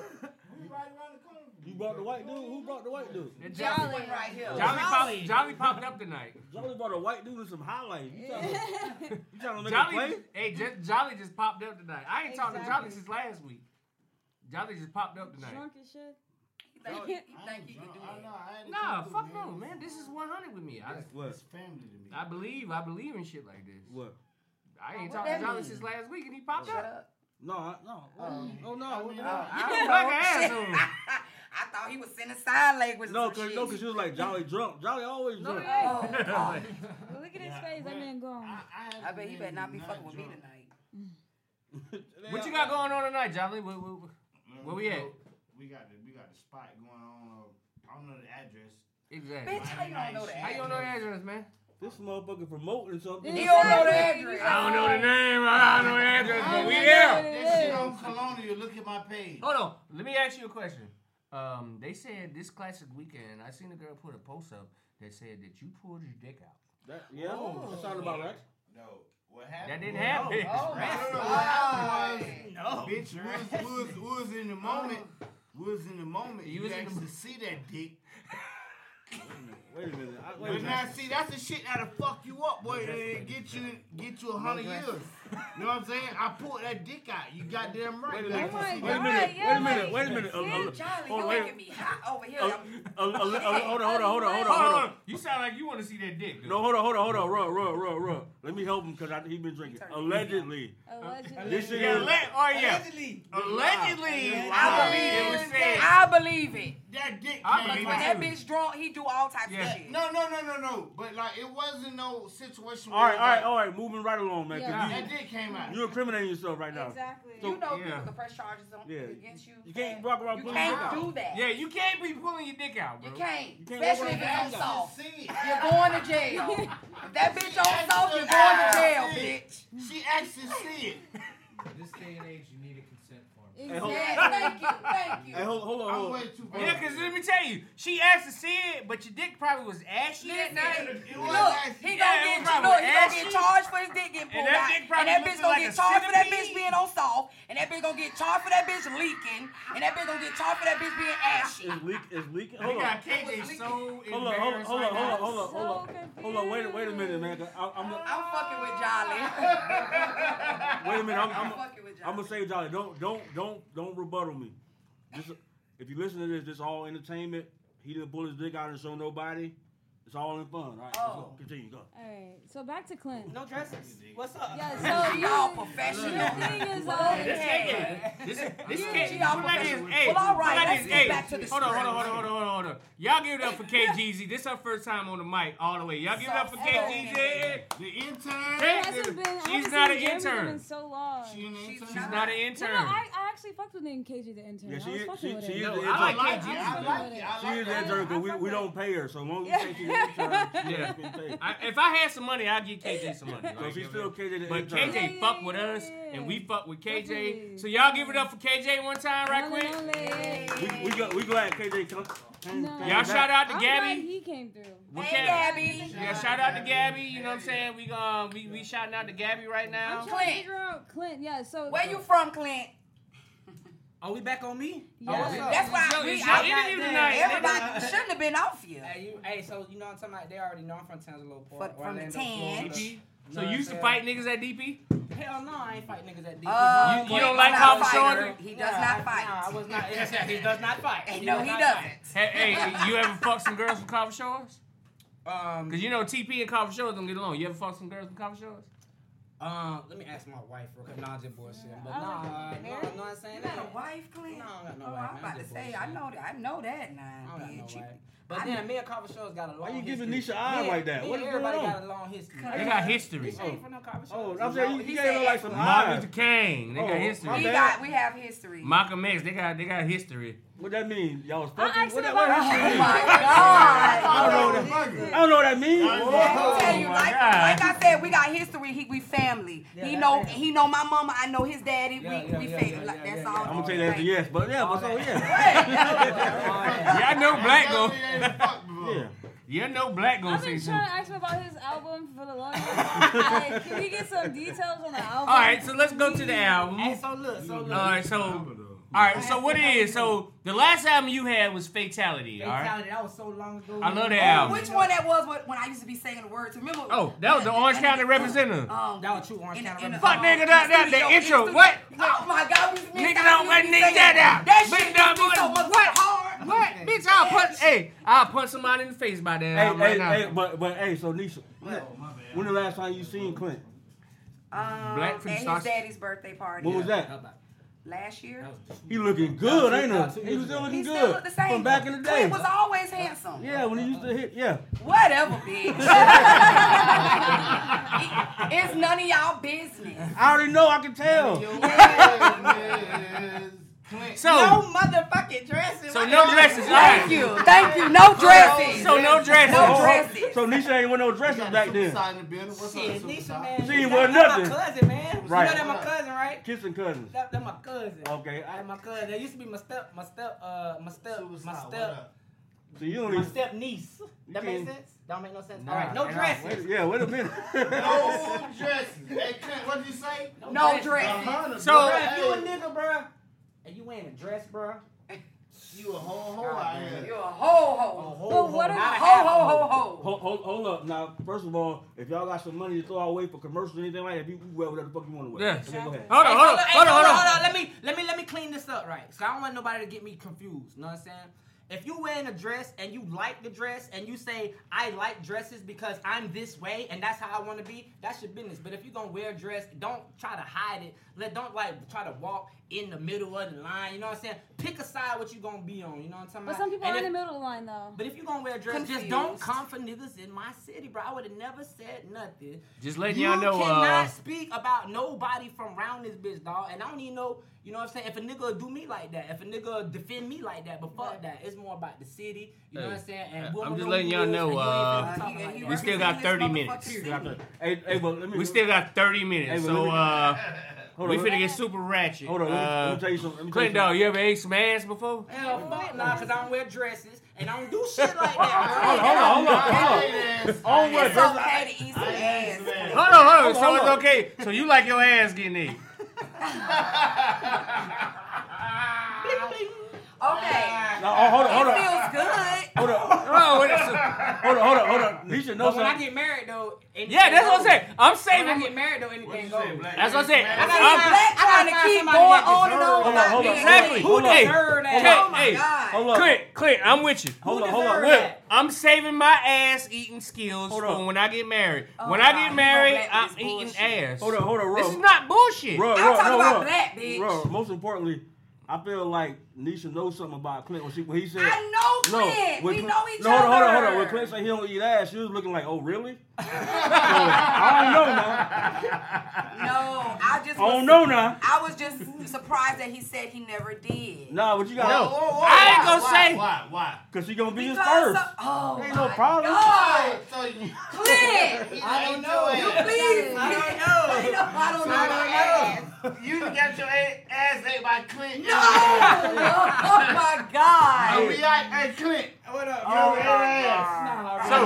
you brought the white dude. Who brought the white dude? That Jolly, Jolly. Jolly, pop, Jolly popped up tonight. Jolly brought a white dude and some highlights. You trying to, you trying to make a play? Jolly, hey, just, Jolly just popped up tonight. I ain't talked to Jolly since last week. Jolly just popped up tonight. Drunk as shit. Thank you. I know, I had to Nah, come through, fuck no, man. This is 100 with me. I, What? It's family to me. I believe, I believe in shit like this. What? I ain't What talked to that Jolly mean? since last week, and he popped up. No, I, no. oh no. I- I Fuck don't know. <laughs> asshole. Oh, Shit. <laughs> <laughs> I thought he was sending sign language. or No, some cause shit. no, cause she was like Jolly drunk. Jolly always drunk. Hey, <laughs> Oh, God. look at his face. That man gone. I bet he better not be fucking with me tonight. <laughs> What you got going on tonight, Jolly? What, what, what- Where we at? We got the we got the spot going on. uh, I don't know the address. Exactly. Bitch, how you don't know How you that? don't know the address, man? This motherfucker promoting something. He don't know the address. I don't know the name. I don't know the address, but we know there. Oh. what it That shit is. on Colonial. Look at my page. Hold on. Let me ask you a question. Um, they said this classic weekend, I seen a girl put a post up that said that you pulled your dick out. That, yeah, that sound about right. No, what That happened? Oh, didn't was- happen. No, no, no, what happened No. was, bitch, was, was, was in the moment. Was in the moment. Oh. You You, was in the actually mo- see that dick. Wait a minute. I, wait But a now, minute. see, that's the shit that'll fuck you up, boy, and get you get you a hundred years. You know what I'm saying? I pulled that dick out. You goddamn right. Oh my Wait a god. minute. yeah, Wait a minute. like- Wait a minute. Uh, uh, Charlie, oh, you wait. making me hot over here. uh, uh, uh, uh, Hold on. Hold on. Hold on. Hold on. <laughs> oh. Hold on. You sound like you want to see that dick. Dude. No, hold on, hold on, hold on, ruh, ruh, ruh, ruh. Let me help him because he been drinking. Allegedly, Allegedly. this shit Yeah, is. let, oh yeah. Allegedly. Allegedly, I it was said. I believe it. That dick I'm like, came When out. that bitch drunk, he do all types Yeah. of shit. No, no, no, no, no. But like, it wasn't no situation. All right, all right, all right. Moving right along, man. 'cause Yeah. That dick came out. you, you're incriminating yourself right now. Exactly. you know yeah. people can press charges on, Yeah. against you. You can't for- walk around You pulling can't your dick do that. Yeah, you can't be pulling your dick out, bro. You can't. can't Especially walk if it's on That's soft. just sin. You're going to jail. if that bitch on soft, you're going to jail, bitch. She actually see it. this day and age, you need a consent form. Yes, Exactly. thank you, thank you. Hey, hold, hold on, I'm hold way on. too Yeah, because let me tell you, she asked to see it, but your dick probably was ashy that Listen, night. It was Look, nasty. he Yeah, gonna it get was probably look, he gonna ashy. get charged for his dick getting pulled that out, dick probably and that bitch looking gonna like a get charged for that bitch centipede. being on soft, and that bitch gonna get charged for that bitch leaking, and that bitch gonna get charged for that bitch being ashy. It's leak, it's leaking. We Hold on. got KJ so Hold on, hold on, embarrassed right hold on, hold on, now. hold on, hold on. Hold on, wait, wait a minute, man. 'cause I, I'm, I'm fucking with Jolly. <laughs> wait a minute. I'm, I'm, I'm fucking with Jolly. I'm gonna say, Jolly, don't, don't, don't, don't rebuttal me. This, if you listen to this, this all entertainment. He didn't pull his dick out and show nobody. It's all in fun. All right, let's go. Oh. continue. Go. All right. So back to Clint. No dresses. What's up? Yeah. So She you. all The professional. thing is, though, This KJ, this this KJ, she all who that is, professional. hey, Well, all who right, that let's is, get hey. back to the Hold on, hold on, hold script. on, hold on, hold on. Y'all give it up for KGZ. This her first time on the mic all the way. Y'all give it up for KGZ. The intern. it hasn't been. I She's haven't not an seen Jeremy in intern. so long. She an intern. She's She's not an No, intern. no, I, I actually fucked with Nigga KJ the intern. Yeah, she I was is. fucking She, with she him. is. No, the I like intern. I KGZ. like it. I like it. I She like is it. that jerk, I we, fuck we with don't pay her, so long as she takes you Yeah. intern, I, if I had some money, I'd give KJ some money. So Like, she's give still it- KJ the But intern. KJ Yeah, fuck yeah, with yeah, us, yeah. and we fuck with KJ. Definitely. So y'all give it up for KJ one time, right One and quick. only. We, we, go, we glad KJ come. came- No. came Y'all back. shout out to I'm glad Gabby. he came through. We Hey, can't- Gabby. Yeah, shout out to Gabby. You know what I'm saying? We um we we shouting out to Gabby right now. Clint. Figure out Clint. Yeah. So Where you from, Client? Are we back on me? Yeah. what's up? That's why Yo, we it's your I, interview goddamn. tonight. <laughs> everybody shouldn't have been off you. Hey, you, hey, so you know what I'm talking about? They already know I'm from Tangelo Park. Fuck, from the Orlando, tan. Florida. DP. You know So what you I'm used to saying? fight niggas at DP? Hell no, I ain't fight niggas at DP. Uh, You- you don't Clint like not how a we fighter. showing He does not Nah, I fight. <laughs> was not. He does not fight. No, does he not doesn't. Hey, hey, you ever fuck some girls from coffee showers? fight. Um, Cause you know TP and coffee showers don't get along. You ever fuck some girls from coffee showers? Um, let me ask my wife real quick. Nah, I'm just bullshit. But I nah, like nah, that. nah, know what I'm You saying? got Nah. a wife, Clint? No, I don't got no oh, wife, I'm man. about I'm to just say, I bullshitting. know that. I know that now, I don't got no bitch. You- wife. But I then me and Coffee Shores got a long you giving history. Nisha eye Me- like that? me What and is going everybody on? got a long history. They got history. Nisha ain't from no Coffee Oh, Shores. I'm saying you, He you gave her like said- some Martin eyes. Luther King, they Oh, got my We history. bad. got, we have history. Malcolm X, they got they got history. What that mean? Y'all was I fucking. asked What him that, about what that his- shit oh mean? my I God. don't know what that. I don't know what that means. I tell you, Oh my like, God. like I said, we got history. He, we family. Yeah, he that's know it. he know my mama. I know his daddy. Yeah, we yeah, we yeah, family. yeah, like, yeah, that's yeah, all. yeah. I'm gonna say that's a yes, but yeah, but so yeah, yeah. Y'all know black go. yeah. Y'all know black go I've been see trying some. to ask him about his album for the longest. like, can we get some details on the album? All right, so let's go to the album. Hey, so look, so All look. right, so all right, so what it is? So the last album you had was Fatality. All right. Fatality, that was so long ago. I love that Oh, album. which one that was when- when I used to be saying the words? Remember? Oh, that was the Orange County representative. Um, That was true Orange in the- County in the, representative. Fuck, nigga, that- that- the studio- intro, studio- what? Oh my God, we used to be in Nigga, South don't let Houston nigga saying, that out. That Big shit used dog to be so boy, much what? hard. What, bitch? I'll punch. Hey, I'll punch somebody in the face by that Hey, album right hey, now. hey, but but hey, so Nisha, Oh, My bad. when the last time you seen Clint? Um, Black at Princess. his daddy's birthday party. What was How that? about- Last year. that was- He looking good, ain't That was two he? He years was still ago. looking He good still looked the same. from back in the day. Clint was always handsome. Yeah, when he used to hit. Yeah, Whatever, bitch. <laughs> it's none of y'all business. I already know. I can tell. <laughs> so, <laughs> No motherfucking dressing. so no dresses. All right. Thank you. Thank you. No dresses. So no dresses. No Oh, dresses. So Nisha ain't wear no dresses back then. Shit, Nisha, man. She that- ain't wear that nothing. my cousin, man. Right. Oh. You know that my cousin, right? Kissing cousins. That, that my cousin. Okay, I I, my cousin. That used to be my step, my step, uh, my step, my step, so you don't my even. step niece. That can't- makes sense. Don't make no sense. All right, no nah. dresses. Wait, yeah, wait <laughs> a minute. No dresses. Hey, Clint, what did you say? No dresses. hundred. So- <laughs> Bruh, if you a nigga, bruh, and you ain't a dress, bruh, You a whole hoe out here. You a hoe hoe. But what a Not hoe half hoe hoe hoe. Hold, hold, hold up. Now, first of all, if y'all got some money to throw away for commercials or anything like that, you well, whatever the fuck you want to wear. Yeah. Okay, go ahead. Hold on, hold on, Hey, so let- hey, hold so on, hold on. Let me let me let me clean this up right. So I don't want nobody to get me confused. Know what I'm saying? If you wearing a dress and you like the dress and you say I like dresses because I'm this way and that's how I want to be, that's your business. But if you gonna wear a dress, don't try to hide it. Let don't like try to walk in the middle of the line. You know what I'm saying? Pick a side what you gonna be on. You know what I'm talking But about? some people And are in if- the middle of the line though. <laughs> But if you gonna wear a dress, just don't come for niggas in my city, bro. I would have never said nothing. Just letting you y'all know, cannot uh, speak about nobody from round this bitch, dog. And I don't even know, you know what I'm saying? If a nigga would do me like that, if a nigga would defend me like that, but fuck that. It's more about the city, you know Hey, what I'm saying? And I'm women just know letting who y'all it is, know, and you ain't uh, finna talk like that. We still got 30 minutes. Hey, hey, but let me. We still got 30 minutes. Hey, but So, let uh, me- Hold we on, finna get super ratchet. Hold on, let me- Uh, let me tell you something, let me tell you Clint, dog, you ever ate some ass before? Hell, fuck nah, because I don't wear dresses and I don't do shit like Hold on, that. hold on, hold on. On what? It's Versus- okay to eat some ass. Hold on, hold on. Hold on, hold So on. it's okay. So you like your ass getting <laughs> eaten. Okay. No, oh, hold on, hold It on, feels good. hold on, Oh, wait, that's- hold on, hold on, hold on. Nisha But knows when I something. get married, though. anything yeah, that's what I'm goes. saying. I'm When I saving. get married, though, anything goes. That's what I'm saying. I gotta, I'm, find- I gotta, trying to find keep somebody going that on and deserves on. Hold on, about hold on. being exactly. ugly. Who Hold on. Hey, deserved hey, that? Oh my hey, God. Hold on, Clint, Clint, I'm with you. hold on, Who hold on. deserved Look, that? I'm saving my ass eating skills Hold for on. when I get married. Oh, when I God, get you married, gonna let I'm this eating bullshit. ass. hold on, hold on, This Ro. is not bullshit. Ro, I'm Ro, talking Ro, about Ro. black, bitch. Ro, most importantly, I feel like Nisha knows something about Clint when she when he said. I know Clint. when we Clint- know each no, other. Hold on, hold on, hold on. When Clint said he don't eat ass, she was looking like, oh really? so, I don't know now. No, I just. I was- don't know now. I was just surprised that he said he never did. Oh, Nah, but you gotta No. Whoa, whoa, I ain't why, gonna why, say- Why? Why? Cause she gonna be his Because first. of- oh, Ain't no my problem. God. So you, <laughs> Clint, I don't know. you please. I don't know. I don't know. I don't know. I don't know. You got your a- ass ate by Clint. No! <laughs> Oh my God! I'll be like, hey, Clint. What up? You Oh ever ate my ass? God.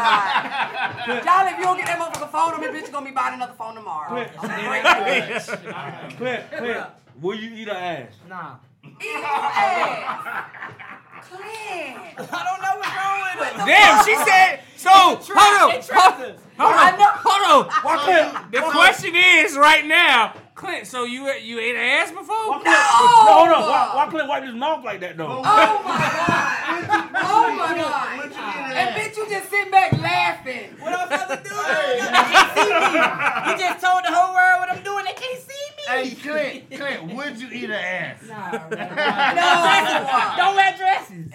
oh my God. Y'all, if you don't get that motherfucker phone on me, bitch, you gonna be buying another phone tomorrow. Clint, <laughs> I'm gonna break <laughs> you. Clint, Clint, will you eat her ass? Nah. Eat your ass. Clint. I don't know what's wrong with it. Damn, she said. So hold on, hold on, I know. hold on. Why Clint? The question is right now, Clint. So you you ate ass before? Why Clint? No! hold on. Why, why Clint wipe his mouth like that Oh my though? God. Oh my What you God. eating And ass? bitch, you just sitting back laughing. What I'm supposed to do? They can't see me. You just told the whole world what I'm doing. They can't see me. Hey, Clint, Clint, would you eat an ass? No. Don't wear dresses.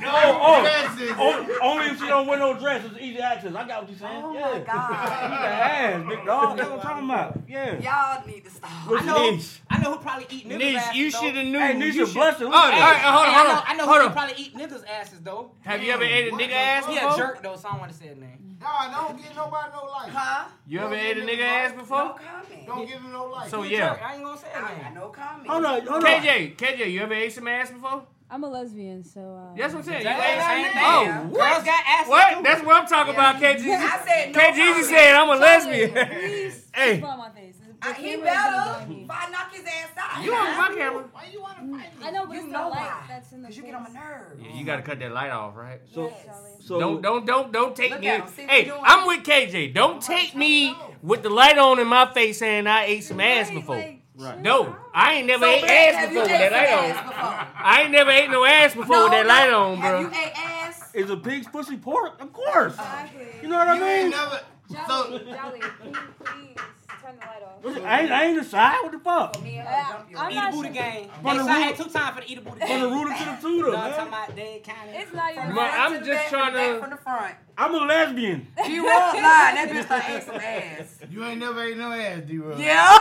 No, oh. dresses. only, only if she don't wear no dress, it's easy access. I got what you're saying. Oh yeah. my <laughs> God. Eat her ass, big dog. That's what I'm talking about. Yeah. Y'all need to stop. Look, Niche, I know who probably eat niggas' Niche, asses. you though. should have knew. Hey, You Nisha should- Blessing, Oh, look at all that. right, hold on, Hey, I hold know, on. I know hold who on. probably eat niggas' asses though. Have you ever ate a What nigga the ass fuck? He before? a jerk though, so I don't want to say his name. Nah, don't give nobody no life. Huh? You ever Don't ate a give nigga him ass no- No before? comment. Don't give him no life. So He a yeah. jerk. I ain't gonna say his I got name. no comment. Hold on, hold on. KJ, KJ, you ever ate some ass before? I'm a lesbian, so. Uh, That's what I'm saying. You That ate ain't some- that. Oh, Girls what? got asses What? too. That's what I'm talking about, KJ. I said no KJ comment. said I'm a lesbian. <laughs> Please, Hey. hey. on my face. The I, he camera is better. on me. If I knock his ass out. You on my camera? Why you want to fight me? I know, but You it's the know light why? that's in the. Cause you get on my face. nerves. You gotta cut that light off, right? So, Yes. so don't don't don't don't take Look me. at him. See what he Hey, doing? I'm with KJ. Don't take me with the light on in my face saying I ate some ass Right, before. like, Right. shit. No, I ain't never So, ate Brad, ass have before you with ate that some light ass on. before? I ain't never ate no ass before with that No, light no. on, bro. Have you ate ass? is a pig's pussy pork? Of course. Uh, You Exactly. know what You I ain't mean? never. Jolly, So, Jolly, can you please turn the light off? I ain't, I ain't decide. What the fuck? Me and her Uh, dump your I'm Eat a not booty sure. game. From They the say root- hey, two time for the eat a booty From game. the ruler to the You tutor, know what I'm talking man. about? They kind of. It's not even. But back I'm to the just back, trying from the to- back, from the front. I'm a lesbian. She won't lie. That bitch done ate some ass. you ain't never ate no ass, D-Roll. Yeah.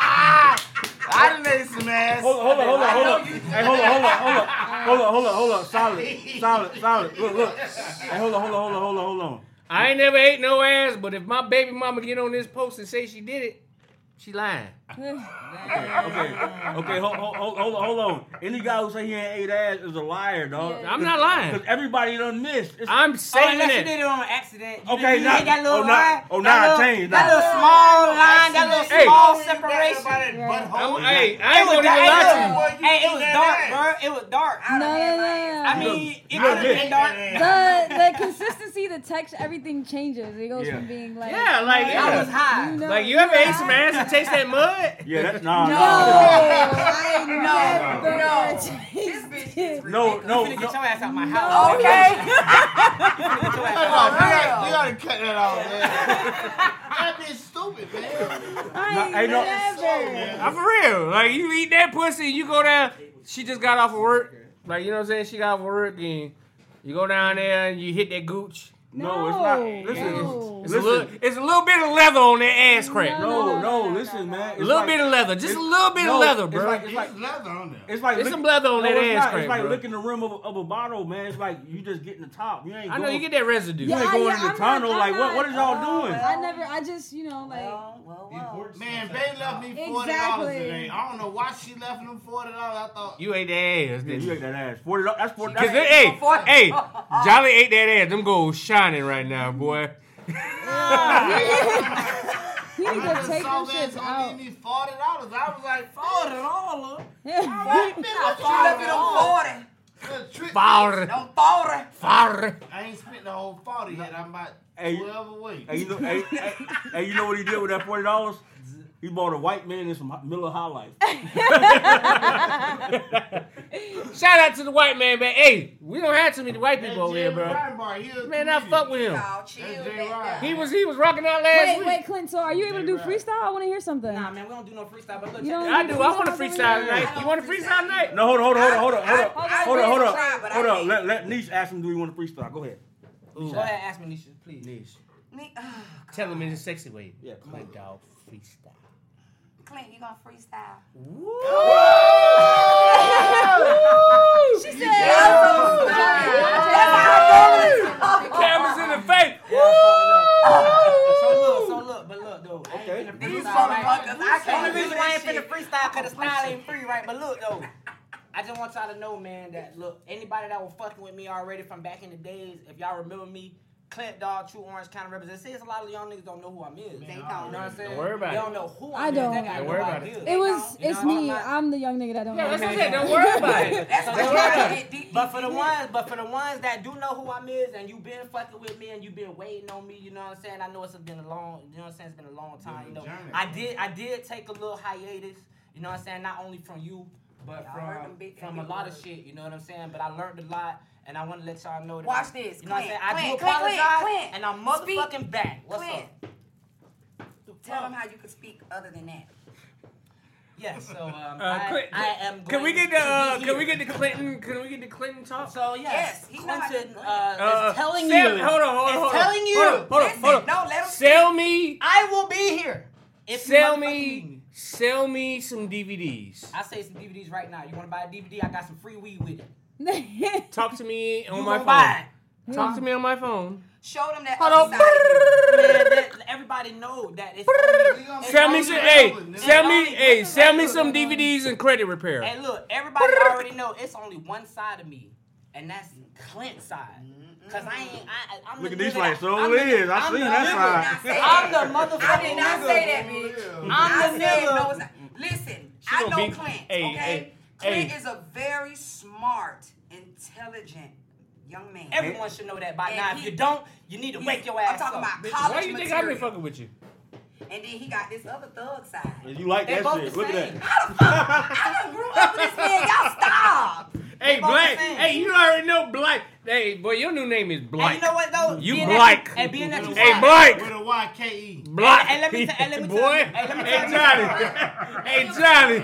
I done ate some ass. Hold on, hold on, hold on, hold on. Hey, hold on, hold on, hold on, hold on, hold on, hold on. Solid, solid, solid. Look, look. Hey, hold on, hold on, hold on, hold on, hold on. I ain't never ate no ass, but if my baby mama get on this post and say she did it, she lying. Okay, okay, hold, hold, hold, hold on, hold on. Any guy who say he ain't ate ass is a liar, dog. Yeah. I'm not lying. Because everybody done missed. It's, I'm Oh, saying unless you it. did it on accident. You Okay, did- you now- hit that little oh, now- line. oh, that now I little- changed That now. little small line that little Hey. small Hey. separation. I'm- hey, I ain't gonna even lie to you. Hey, it was dark, bro. It was dark. <laughs> No, no, no, no. I mean, it You could look have good. been dark. the the consistency, the texture, everything changes. It goes Yeah. from being like Yeah, like mud, yeah. I was high. know, Like you ever ate some high. ass and taste that mud? Yeah, that's nah. No, No, no. I never tasted it. No, You no, finna no. get your ass out my house. Okay. Get your Hold ass on, out. you gotta, you gotta cut that off, man. that bitch stupid, man. I ain't no- never. I'm for real. Like you eat that pussy, you go down. She just got off of work. Like you know what I'm saying? She got off of work and you go down there and you hit that gooch. No, it's not. No, Listen, no. It's listen. a little, it's a little bit of leather on that ass crack. No, No, no, no, no, listen, no, man. a little bit of leather, just a little bit of leather, bro. It's like, it's like, There's leather on there. it's like There's lick- some leather on no, that it's ass not. crack, It's like bro. licking the rim of, of a bottle, man. It's like you just getting the top. You ain't. I know going- you get that residue. You ain't Yeah, going yeah, to the I'm tunnel. not- like I'm what? What is not- y'all doing? <laughs> I never. I just you know like. <laughs> Well, well, well. Man, Bay left me forty dollars Exactly. today. I don't know why she left them forty dollars. I thought You ate that ass, Yeah, didn't you you? ate that ass. Forty. dollars- That's forty. Cause That's, they, hey, hey, Jolly ate that ass. Them goals shining right now, boy. He need I to just take saw them that's shits gonna out. give me forty dollars. I was like, forty dollars? <laughs> I thought it on 40. Fire, Them 40. fire. I ain't spent the whole forty yet. I'm about <laughs> Hey, twelve away. hey, you know, hey, hey, hey, you know what he did with that forty dollars? He bought a white man and some hot- Miller High Life. Shout out to the white man, man. Hey, we don't have too many white That people over here, Jerry bro. Reinbart, he a Man, I comedian. fuck with him. Y'all chill. That's back J-Rod. down. He was he was rocking out last Wait, week. wait, Clint. So are you able to do freestyle? I want to hear something. Nah, man, we don't do no freestyle, but look, You check don't it I out. do. I want a freestyle tonight. You want a freestyle tonight? No, hold on, hold on, hold on, hold on, hold on, hold on, I- I- I- hold on. Let let Niche ask him. Do we want to freestyle? Go ahead. Go ahead, ask me, Nisha, please. Niche. Me, ah, Tell him in a sexy way. Yeah, come My on. dog freestyle. Clint, you gonna freestyle? She said, "Yeah." Cameras in the face. So look, so look, but look, though. I Okay. ain't finna These freestyle, right? motherfuckers, I I can't can't. Only reason why I ain't do finna freestyle, cause the style ain't free, right? But look, though. I just want y'all to know, man, that look, anybody that was fucking with me already from back in the days, if y'all remember me, Clint Dog, True Orange County represent. See, it's a lot of y'all niggas don't know who I'm is. They don't. You know what I'm saying? worry about they it. don't know who I'm I don't. Is. They got Don't no worry about idea. it. It was, You know it's what I'm me. talking about? I'm the young nigga that don't Yeah, know. that's what I anything. said. Don't worry about it. That's what Don't I'm worry trying about to it. get deep. But for the ones, but for the ones that do know who I'm is, and you been fucking with me, and you been waiting on me, you know what I'm saying? I know it's been a long, you know what I'm saying? It's been a long time. You know, I did, I did take a little hiatus. You know what I'm saying? Not only from you, but Y'all heard them from big- from them a big lot of words. shit. You know what I'm saying? But I learned a lot, and I want to let y'all know that. Watch this. You know what I'm saying? Clint, I do Clint, Clint, Clint, apologize, Clint. and I'm Speak. motherfucking back. What's Clint, up? Tell them how you could speak other than that. Yeah. So <laughs> um, Uh, I, Clint- I am. Can we going get the uh, to be Can we here. get the Clinton? Can we get the Clinton talk? So yes, Yes, he know how to Clinton do it. uh, Uh, is telling Sam- you. Hold on, hold on, It's hold on. telling you. Hold on, hold on, Listen, hold on. no, let 'em Sell me, I will be here. If you sell motherfucking need me, sell me some DVDs. I say some DVDs right now. You want to buy a DVD? I got some free weed with <laughs> it. Talk to me on You my gonna buy Hmm. phone. Talk to me on my phone. Show them that Hold other side. on. it. Man, that- everybody know that it's. only- it's Sell me only- some. Hey, sell me. Hey, Hey, sell me look, some DVDs and credit repair. And look, everybody already know it's only one side of me, and that's Clint's side. Cause I ain't. I, I- I'm the Look at these nigga lights. that- So I'm it the- is. I I'm seen the that nigga. side. Say I'm that. the motherfucking. I did not say that, nigga. bitch. I'm I the said no. nigga. It's not. Listen, She I gonna know be- Clint. Hey, okay, hey, Clint hey. is a very smart, intelligent young man. Everyone should know that by And now. If he- you don't, you need to wake your I'm ass talking up. about bitch. college Why you think I material. been fucking with you? and then he got this other thug side. And you like They that both shit? the Look same. at that. I done grew up with this man. Y'all stop. Hey, both the Black. same. Hey, you already know Black. Hey, boy, your new name is And Black. you know what though? You Being that black. and being that you Hey, white, Black. With a E. YKE. Block. And- and let me t- and let <laughs> me boy. tell you- and let me hey, tell you- Johnny. <laughs> hey, Johnny. You gotta tell me.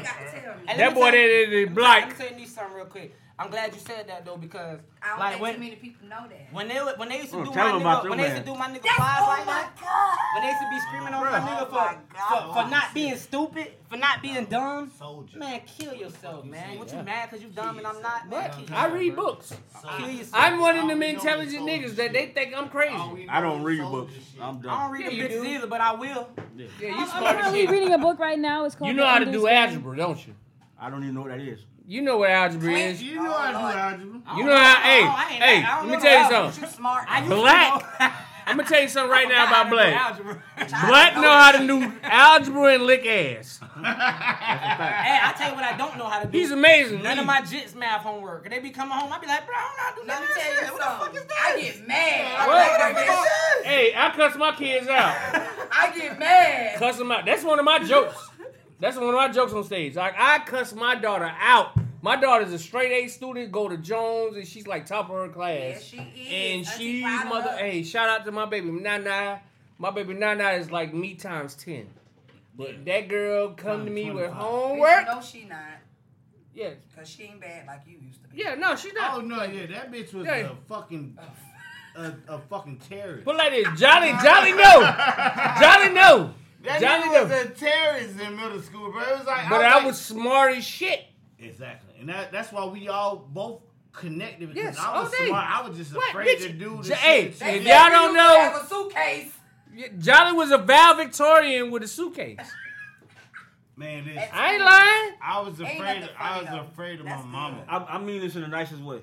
And let That me boy tell that you- is Let me black. tell you something real quick. I'm glad you said that though because I don't like think too when many people know that. when they when they used to Mm, do tell my them about nigga your when they used to man. do my nigga That's, flies oh like my that. god. When they used to be screaming on my nigga Oh my for, God. for, for not being stupid, for not being dumb. Soldier. Man, kill yourself, man. What you mad because you dumb and I'm not? Man, kill I yourself. read books. Kill yourself. I'm one of All them we know is intelligent soldier niggas that they shit. think I'm All we crazy. know I don't is read soldier books. shit. I'm I don't done. read Yeah, the you bitches do. either, but I will. Yeah, you I'm smart as currently shit. reading a book right now. It's called. You know The how to Ender's do Game. algebra, don't you? I don't even know what that is. You know what algebra is. You know I do algebra. You know how? Oh, I ain't- Hey, I hey. don't Let me know tell you about something. You smart. I used <laughs> Black. to know. I'm gonna tell you something right now about Black. Black know how to do algebra and lick ass. Hey, I tell you what I don't know how to do. He's amazing. None of my jits math homework. They be coming home, I be like, bro, I don't know how to do none of this. What the fuck is that? I get mad. I'm What? like, what the fuck? Hey, I cuss my kids out. <laughs> I get mad. Cuss them out. That's one of my jokes. That's one of my jokes on stage. Like I cuss my daughter out. My daughter's a straight A student, go to Jones, and she's like top of her class. Yeah, she is. Uh, And Auntie she proud of mother. her. Hey, shout out to my baby Nana. My baby Nana is like me times ten. But that girl come to me with homework. No, she not. Yes. Cause she ain't bad like you used to. be. Yeah, no, she's not. Oh no, yeah, that bitch was Yeah. a fucking a, a fucking terrorist. Put it like this, Jolly, Jolly, <laughs> no, Jolly, no, That Johnny nigga was Depp. a terrorist in middle school, bro. It was like, But I I like- was smart as shit. exactly, and that, that's why we all both connected because Yes, I was all day. smart. I was just What, afraid bitch? to do J- this. hey, shit. if They y'all said don't you used to know, have a suitcase. Jolly was a valedictorian with a suitcase. man, listen, I ain't lying. I was Ain't afraid. nothing I funny, was though. afraid of my That's good. mama. I, I mean this in the nicest way.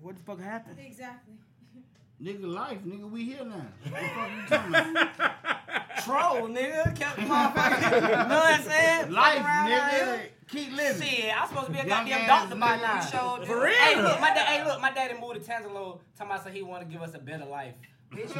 What the fuck happened? Exactly. Nigga, life, nigga, we here now. What the fuck <laughs> you talking about? Troll, nigga. Kept motherfucking. <laughs> You know what I'm saying? Life, Fuck around out nigga. here. Keep living. Shit, I'm supposed to be a Young goddamn ass doctor by nigga. now. Showed you. Hey, look, my dad. Hey, look, my daddy moved to Tangelo. Talking about so he want to give us a better life. Bitch, you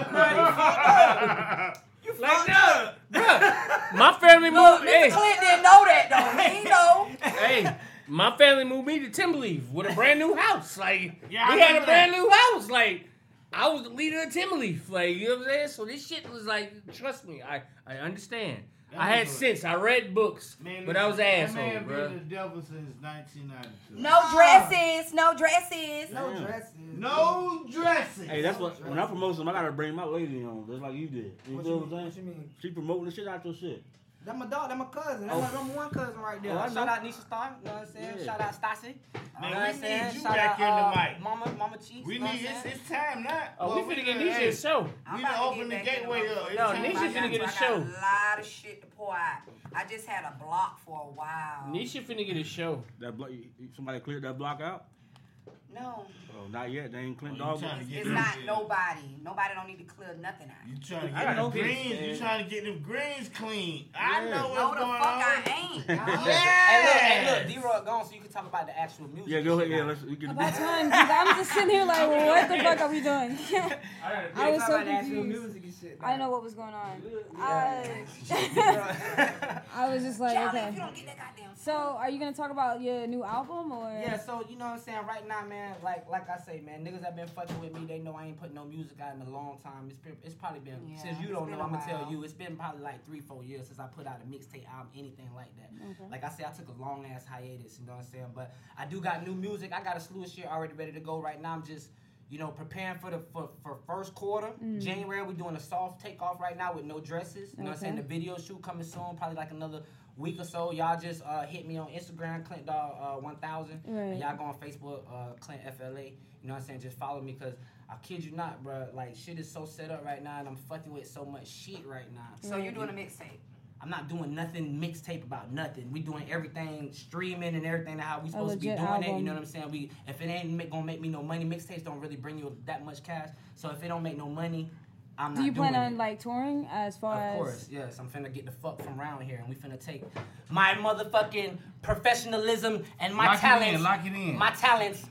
You fucked up. Bruh, my family moved. Mr. Hey, Clint didn't know that though. He know. hey, my family moved me to Timberleaf with a brand new house. Like Yeah, I we had remember a brand new house. Like I was the leader of Timberleaf. Like you know what I'm saying. So this shit was like, trust me, I I understand. I had sense. I read books, Man, but I was an listen, asshole, That man bro. been the devil since 1992. No dresses. No dresses. No Damn. dresses. No dresses. Hey, that's what when I promote something, I gotta bring my lady on, just like you did. You What feel you what mean? What I'm you saying? mean? She promoting the shit out your shit. That my dog. That my né? cousin. That Oh. my number one cousin right there. Oh, I Shout out Nisha Star. You know what I'm saying? Yeah. é, Shout out Stassi. Man, you know what we I'm saying? need you Shout back out, here uh, tonight. Mama, Mama é. Cheese. We you know what need I'm it's, saying? it's time now. Oh, we Well, finna get done- Nisha hey, a show. I'm We about done to opened the get back in gateway the up. It's No, time Nisha to- I got- finna get a I got show. A lot of shit to pour out. I just had a block for a while. Nisha finna get a show. That block, somebody cleared that block out. No, Oh, not yet. They ain't cleaned Oh, you dog. trying to get it's them- not nobody. Nobody don't need to clear nothing out. You trying to I get got them no greens? business, You man. trying to get them greens clean? I Yeah. know what's No, the going fuck on. <laughs> I ain't. y'all. Hey, look, hey, Yes. look, D-Rock gone, so you can talk about the actual music. <laughs> Yeah, go ahead. shit Yeah, now. let's. We can. About time, 'cause I'm just sitting here <laughs> like, what the fuck are we <laughs> doing? I was so confused. I didn't know what was going on. I, <laughs> I <laughs> was just like, Y'all, if okay. you don't get that goddamn. So, are you gonna talk about your new album or? Yeah, so you know what I'm saying? Right now, man, like like I say, man, niggas have been fucking with me. They know I ain't put no music out in a long time. It's been, it's probably been Yeah, since you it's don't been know, a I'm gonna tell while. you, it's been probably like three, four years since I put out a mixtape album, anything like that. Okay. Like I said, I took a long ass hiatus, you know what I'm saying? But I do got new music. I got a slew of shit already ready to go right now. I'm just you know, preparing for the for, for first quarter. Mm. January, we're doing a soft takeoff right now with no dresses. You know what I'm saying? The Okay. video shoot coming soon, probably like another week or so. Y'all just uh, hit me on Instagram, Clint Dog uh, 1000. Right. And y'all go on Facebook, uh, Clint FLA. You know what I'm saying? Just follow me because I kid you not, bro. Like, shit is so set up right now and I'm fucking with so much shit right now. So you're doing a mixtape. I'm not doing nothing mixtape about nothing. We doing everything streaming and everything how we supposed to be legit doing it. You album. know what I'm saying? We if it ain't make, gonna make me no money, mixtapes don't really bring you that much cash. So if it don't make no money, I'm Do not you plan doing on it. like touring as far Of as? course, yes. I'm finna get the fuck from around here, and we finna take my motherfucking professionalism and my Lock it in, talents. lock it in. My talents.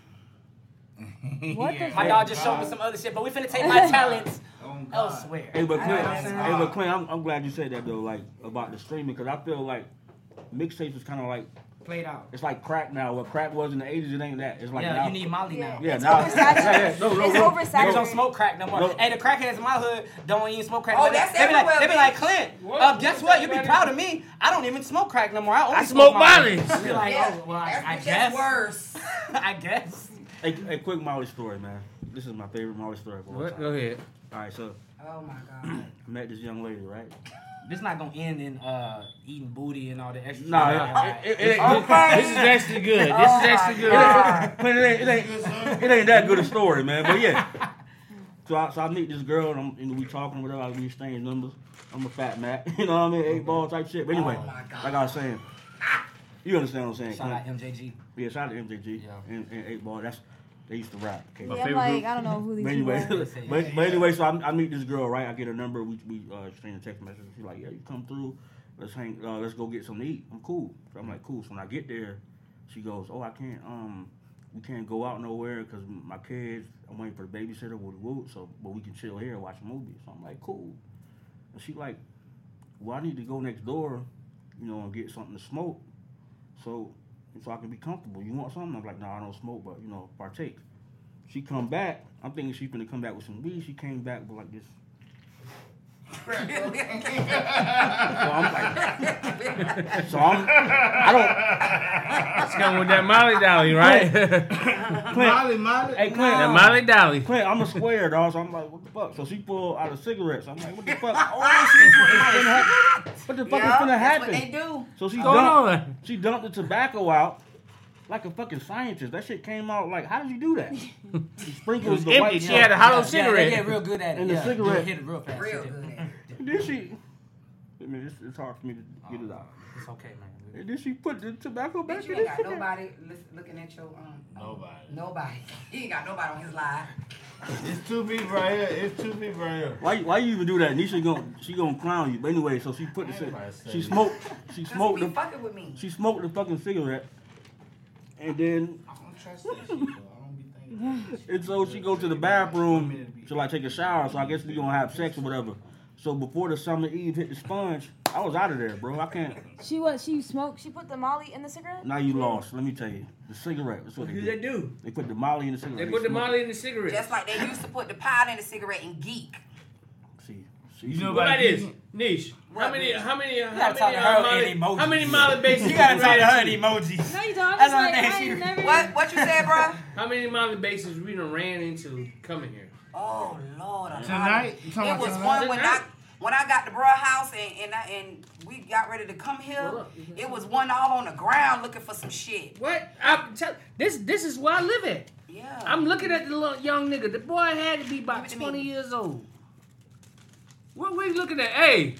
What the My fuck? dog just showed me some other shit, but we finna take <laughs> my talents Oh, God. elsewhere. Hey, but Clint, that's hey, but Clint, I'm, I'm glad you said that though, like about the streaming, because I feel like mixtapes is kind of like Played out. it's like crack now. What crack was in the '80s, it ain't that. It's like Yeah, now. you need Molly now. yeah, now. Yeah, <laughs> yeah, no, no, It's no, oversaturated. Niggas don't smoke crack no more. Nope. Hey, the crackheads in my hood don't even smoke crack. Oh, They be- that's they be like, everywhere, They be bitch. like, Clint, uh, guess what? You'd be proud of me. I don't even smoke crack no more. I, only I smoke my Molly. weed." Be like, Yeah, oh, well, I, that's, I that's guess. worse. <laughs> I guess. Hey, hey, quick Molly story, man. This is my favorite Molly story. of all What? time. Go ahead. All right, so Oh my god. <laughs> I met this young lady, right? This not gonna end in uh, eating booty and all the extra. Nah, shit. nah, it- it- it- Okay. This is actually good. This is actually good. God. Clint, it ain't, it ain't, it ain't that good a story, man. But yeah. So I, so I meet this girl and, I'm, and we talking whatever. I we exchange numbers. I'm a fat Mac, <laughs> you know what I mean? Eight ball type shit. But anyway, Oh, my God. like I was saying, you understand what I'm saying? Shout Clint? out MJG. Yeah, shout out to MJG Yeah. and, and Eight Ball. That's They used to rap. Okay. Yeah, I'm like, I don't know who these But people anyway, are. <laughs> but, but anyway, so I, I meet this girl, right? I get her number. We we uh, exchange a text message. She's like, "Yeah, you come through. Let's hang. Uh, let's go get something to eat. I'm cool." So I'm like, "Cool." So when I get there, she goes, "Oh, I can't. Um, we can't go out nowhere because my kids. I'm waiting for the babysitter. Woot woot. So, but we can chill here and watch a movie." So I'm like, "Cool." And she like, "Well, I need to go next door, you know, and get something to smoke." so so I can be comfortable. You want something? I'm like, no, I don't smoke, but you know, partake. She come back. I'm thinking she's gonna come back with some weed. She came back with like this. so I'm like, so I'm, I don't. It's coming with that Molly Dolly, right? Molly, Molly. Hey, Clint. uh, That Molly Dolly. Clint, I'm a square, dog. So I'm like, what the fuck? So she pulled out a cigarette. So I'm like, what the fuck? Oh, What the fuck Yeah, is gonna that's what happen? they do. So she Go dumped, she dumped the tobacco out like a fucking scientist. That shit came out like, how did you <laughs> do that? she It sprinkled was the empty. white. She had a hollow Yeah, yeah, cigarette. Yeah, yeah, real good at it. And the yeah. cigarette. <laughs> hit it real fast. Real Then she. I mean, it's, it's hard for me to get it out. It's okay, man. And then she put the tobacco back Bitch, in you ain't it. got nobody lis- looking at your um. Nobody. Nobody. <laughs> He ain't got nobody on his live. It's two people right here. It's two people right here. Why, why you even do that? Nisha gonna she gonna clown you. But anyway, so she put the cig- she smoked she smoked the fucking with me. she smoked the fucking cigarette, and then I don't trust this shit, bro. I don't be thinking. And so she go to the bathroom to like take a shower. So I guess we gonna have sex or whatever. So before the summer eve hit the sponge, I was out of there, bro. I can't. She was she smoked. She put the Molly in the cigarette. Now you lost. Let me tell you, the cigarette. That's what they, did. do. They put the Molly in the cigarette. smoked it. in the cigarette. Just like they used to put the powder in the cigarette and geek. See, You know what that is, Niche? How many? How many? You How gotta many? talk to her uh, Molly- in How emojis. many Molly bases? You gotta talk to her in emojis. No, you don't. That's That's what like, I'm I saying. ain't never. What what you said, <laughs> bro? How many Molly bases we done ran into coming here? Oh Lord, I'm Tonight? You talking It about was tonight? one when I when I got to bruh house and and, I, and we got ready to come here. It was one all on the ground looking for some shit. What? I tell, this this is where I live at. Yeah. Oh. I'm looking at the little young nigga. The boy had to be about 20 years old. What we looking at? Hey,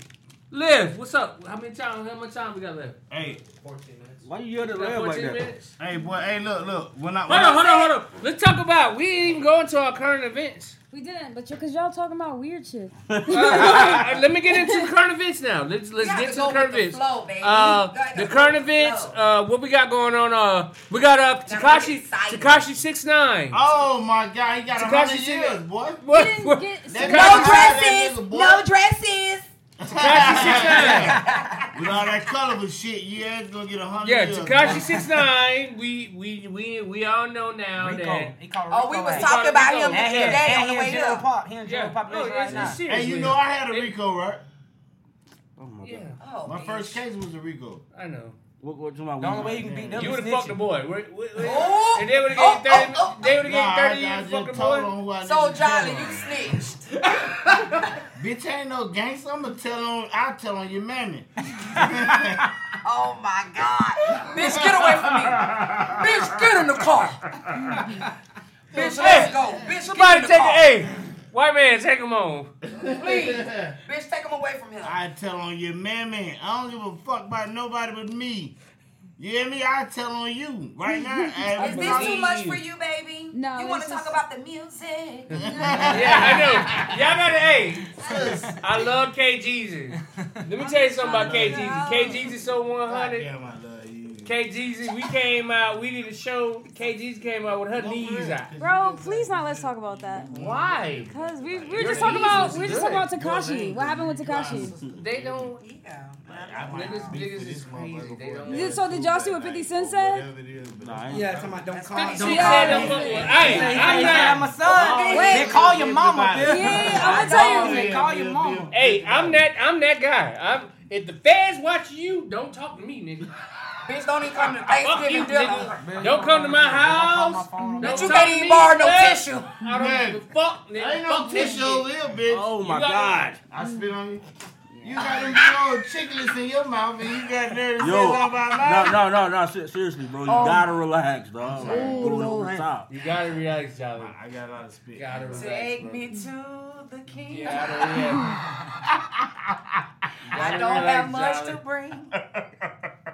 Liv, what's up? How many time? How much time we got left? Hey. 14 minutes. Why you yell at Liv like that? Minutes? Hey, boy. Hey, look, look. When I Hold on, hold on, hold on. Let's talk about. We didn't even go into our current <laughs> events. We didn't, but because y'all talking about weird shit. Uh, let me get into the current events now. Let's let's You have get to to go the current with the events. flow, baby. Uh, You gotta the go current with the events. Uh, what we got going on? Uh, we got uh Takashi Takashi six nine. Oh my God, he got a Takashi hundred years, boy. What? what- Tekashi- No dresses. With all that colorful shit, yeah, it's gonna get a hundred. Yeah, years, Takashi boy. six nine. We we we we all know now that. Oh, we was talking about him Yeah, today yeah, on the yeah, way yeah. up. Pop, he and Joe Pop No, right it's- now. it's serious. Hey, you know I had a Rico, right? Yeah. Oh, My first case was a Rico. I know. What, what, the The only way you can beat them You is would have fucked the snitching. boy. Where- where- where- Oh, and they would oh, have gave oh, thirty. They would have Nah, gave thirty I- I years. just Fucking told boy. on who I So need to tell Johnny, on. you snitched. Bitch, I ain't no gangster. I'm gonna tell on. I'll tell on your mammy. Oh my God. Bitch, get away from me. Bitch, get in <laughs> the car. Bitch, let's go. Bitch, Somebody get in the take car. it. Hey, white man, take him on. Please. Bitch, take him away from him. I tell on your mammy. I don't give a fuck about nobody but me. You hear me? I tell on you right <laughs> now. Is this too much for you, baby? No. You want to this talk is- about the <laughs> music? Yeah, I know. Y'all got an A. I love KGZ. Let me tell you something about KGZ. KGZ so 100. Damn, I love you. KGZ, we came out, we did a show. KGZ came out with her knees out. Bro, please not. Let's talk about that. Why? Because we we were Your just talking knees about was we were just good. talking about Takashi. What happened with Takashi? They don't. Yeah. Niggas, niggas is crazy. They don't. You- So did y'all see what Fifty Cent said? Yeah, talking about don't call- She Don't said call don't me. fuck with- Hey, He said- I'm he said not- I'm Oh, a son. Wait. They call your mama. Yeah, Bill. I'm gonna tell you. They call your mama. Hey, I'm that. I'm that guy. I'm, if the feds watch you, don't talk to me, nigga. Bitch, don't even come to I fuck Thanksgiving you, dinner. nigga. Don't come to my house. Don't Bitch, you talk can't to even me, borrow no fed. tissue. I don't give a fuck, nigga. Ain't no Fuck this tissue over shit. here, bitch. Oh You my got- God. I spit on you. You got them big old chicklets in your mouth, and you got there to say Yo, something about no, mine. no, no, no. se- Seriously, bro, you Oh. gotta relax, dog. Like, Ooh, go over Lord. the top. You gotta relax, Jolly. I got a lot of spit. Gotta relax. Take bro. me to the king. Yeah, I don't have- <laughs> I Gotta don't have relax, much to Jolly. bring.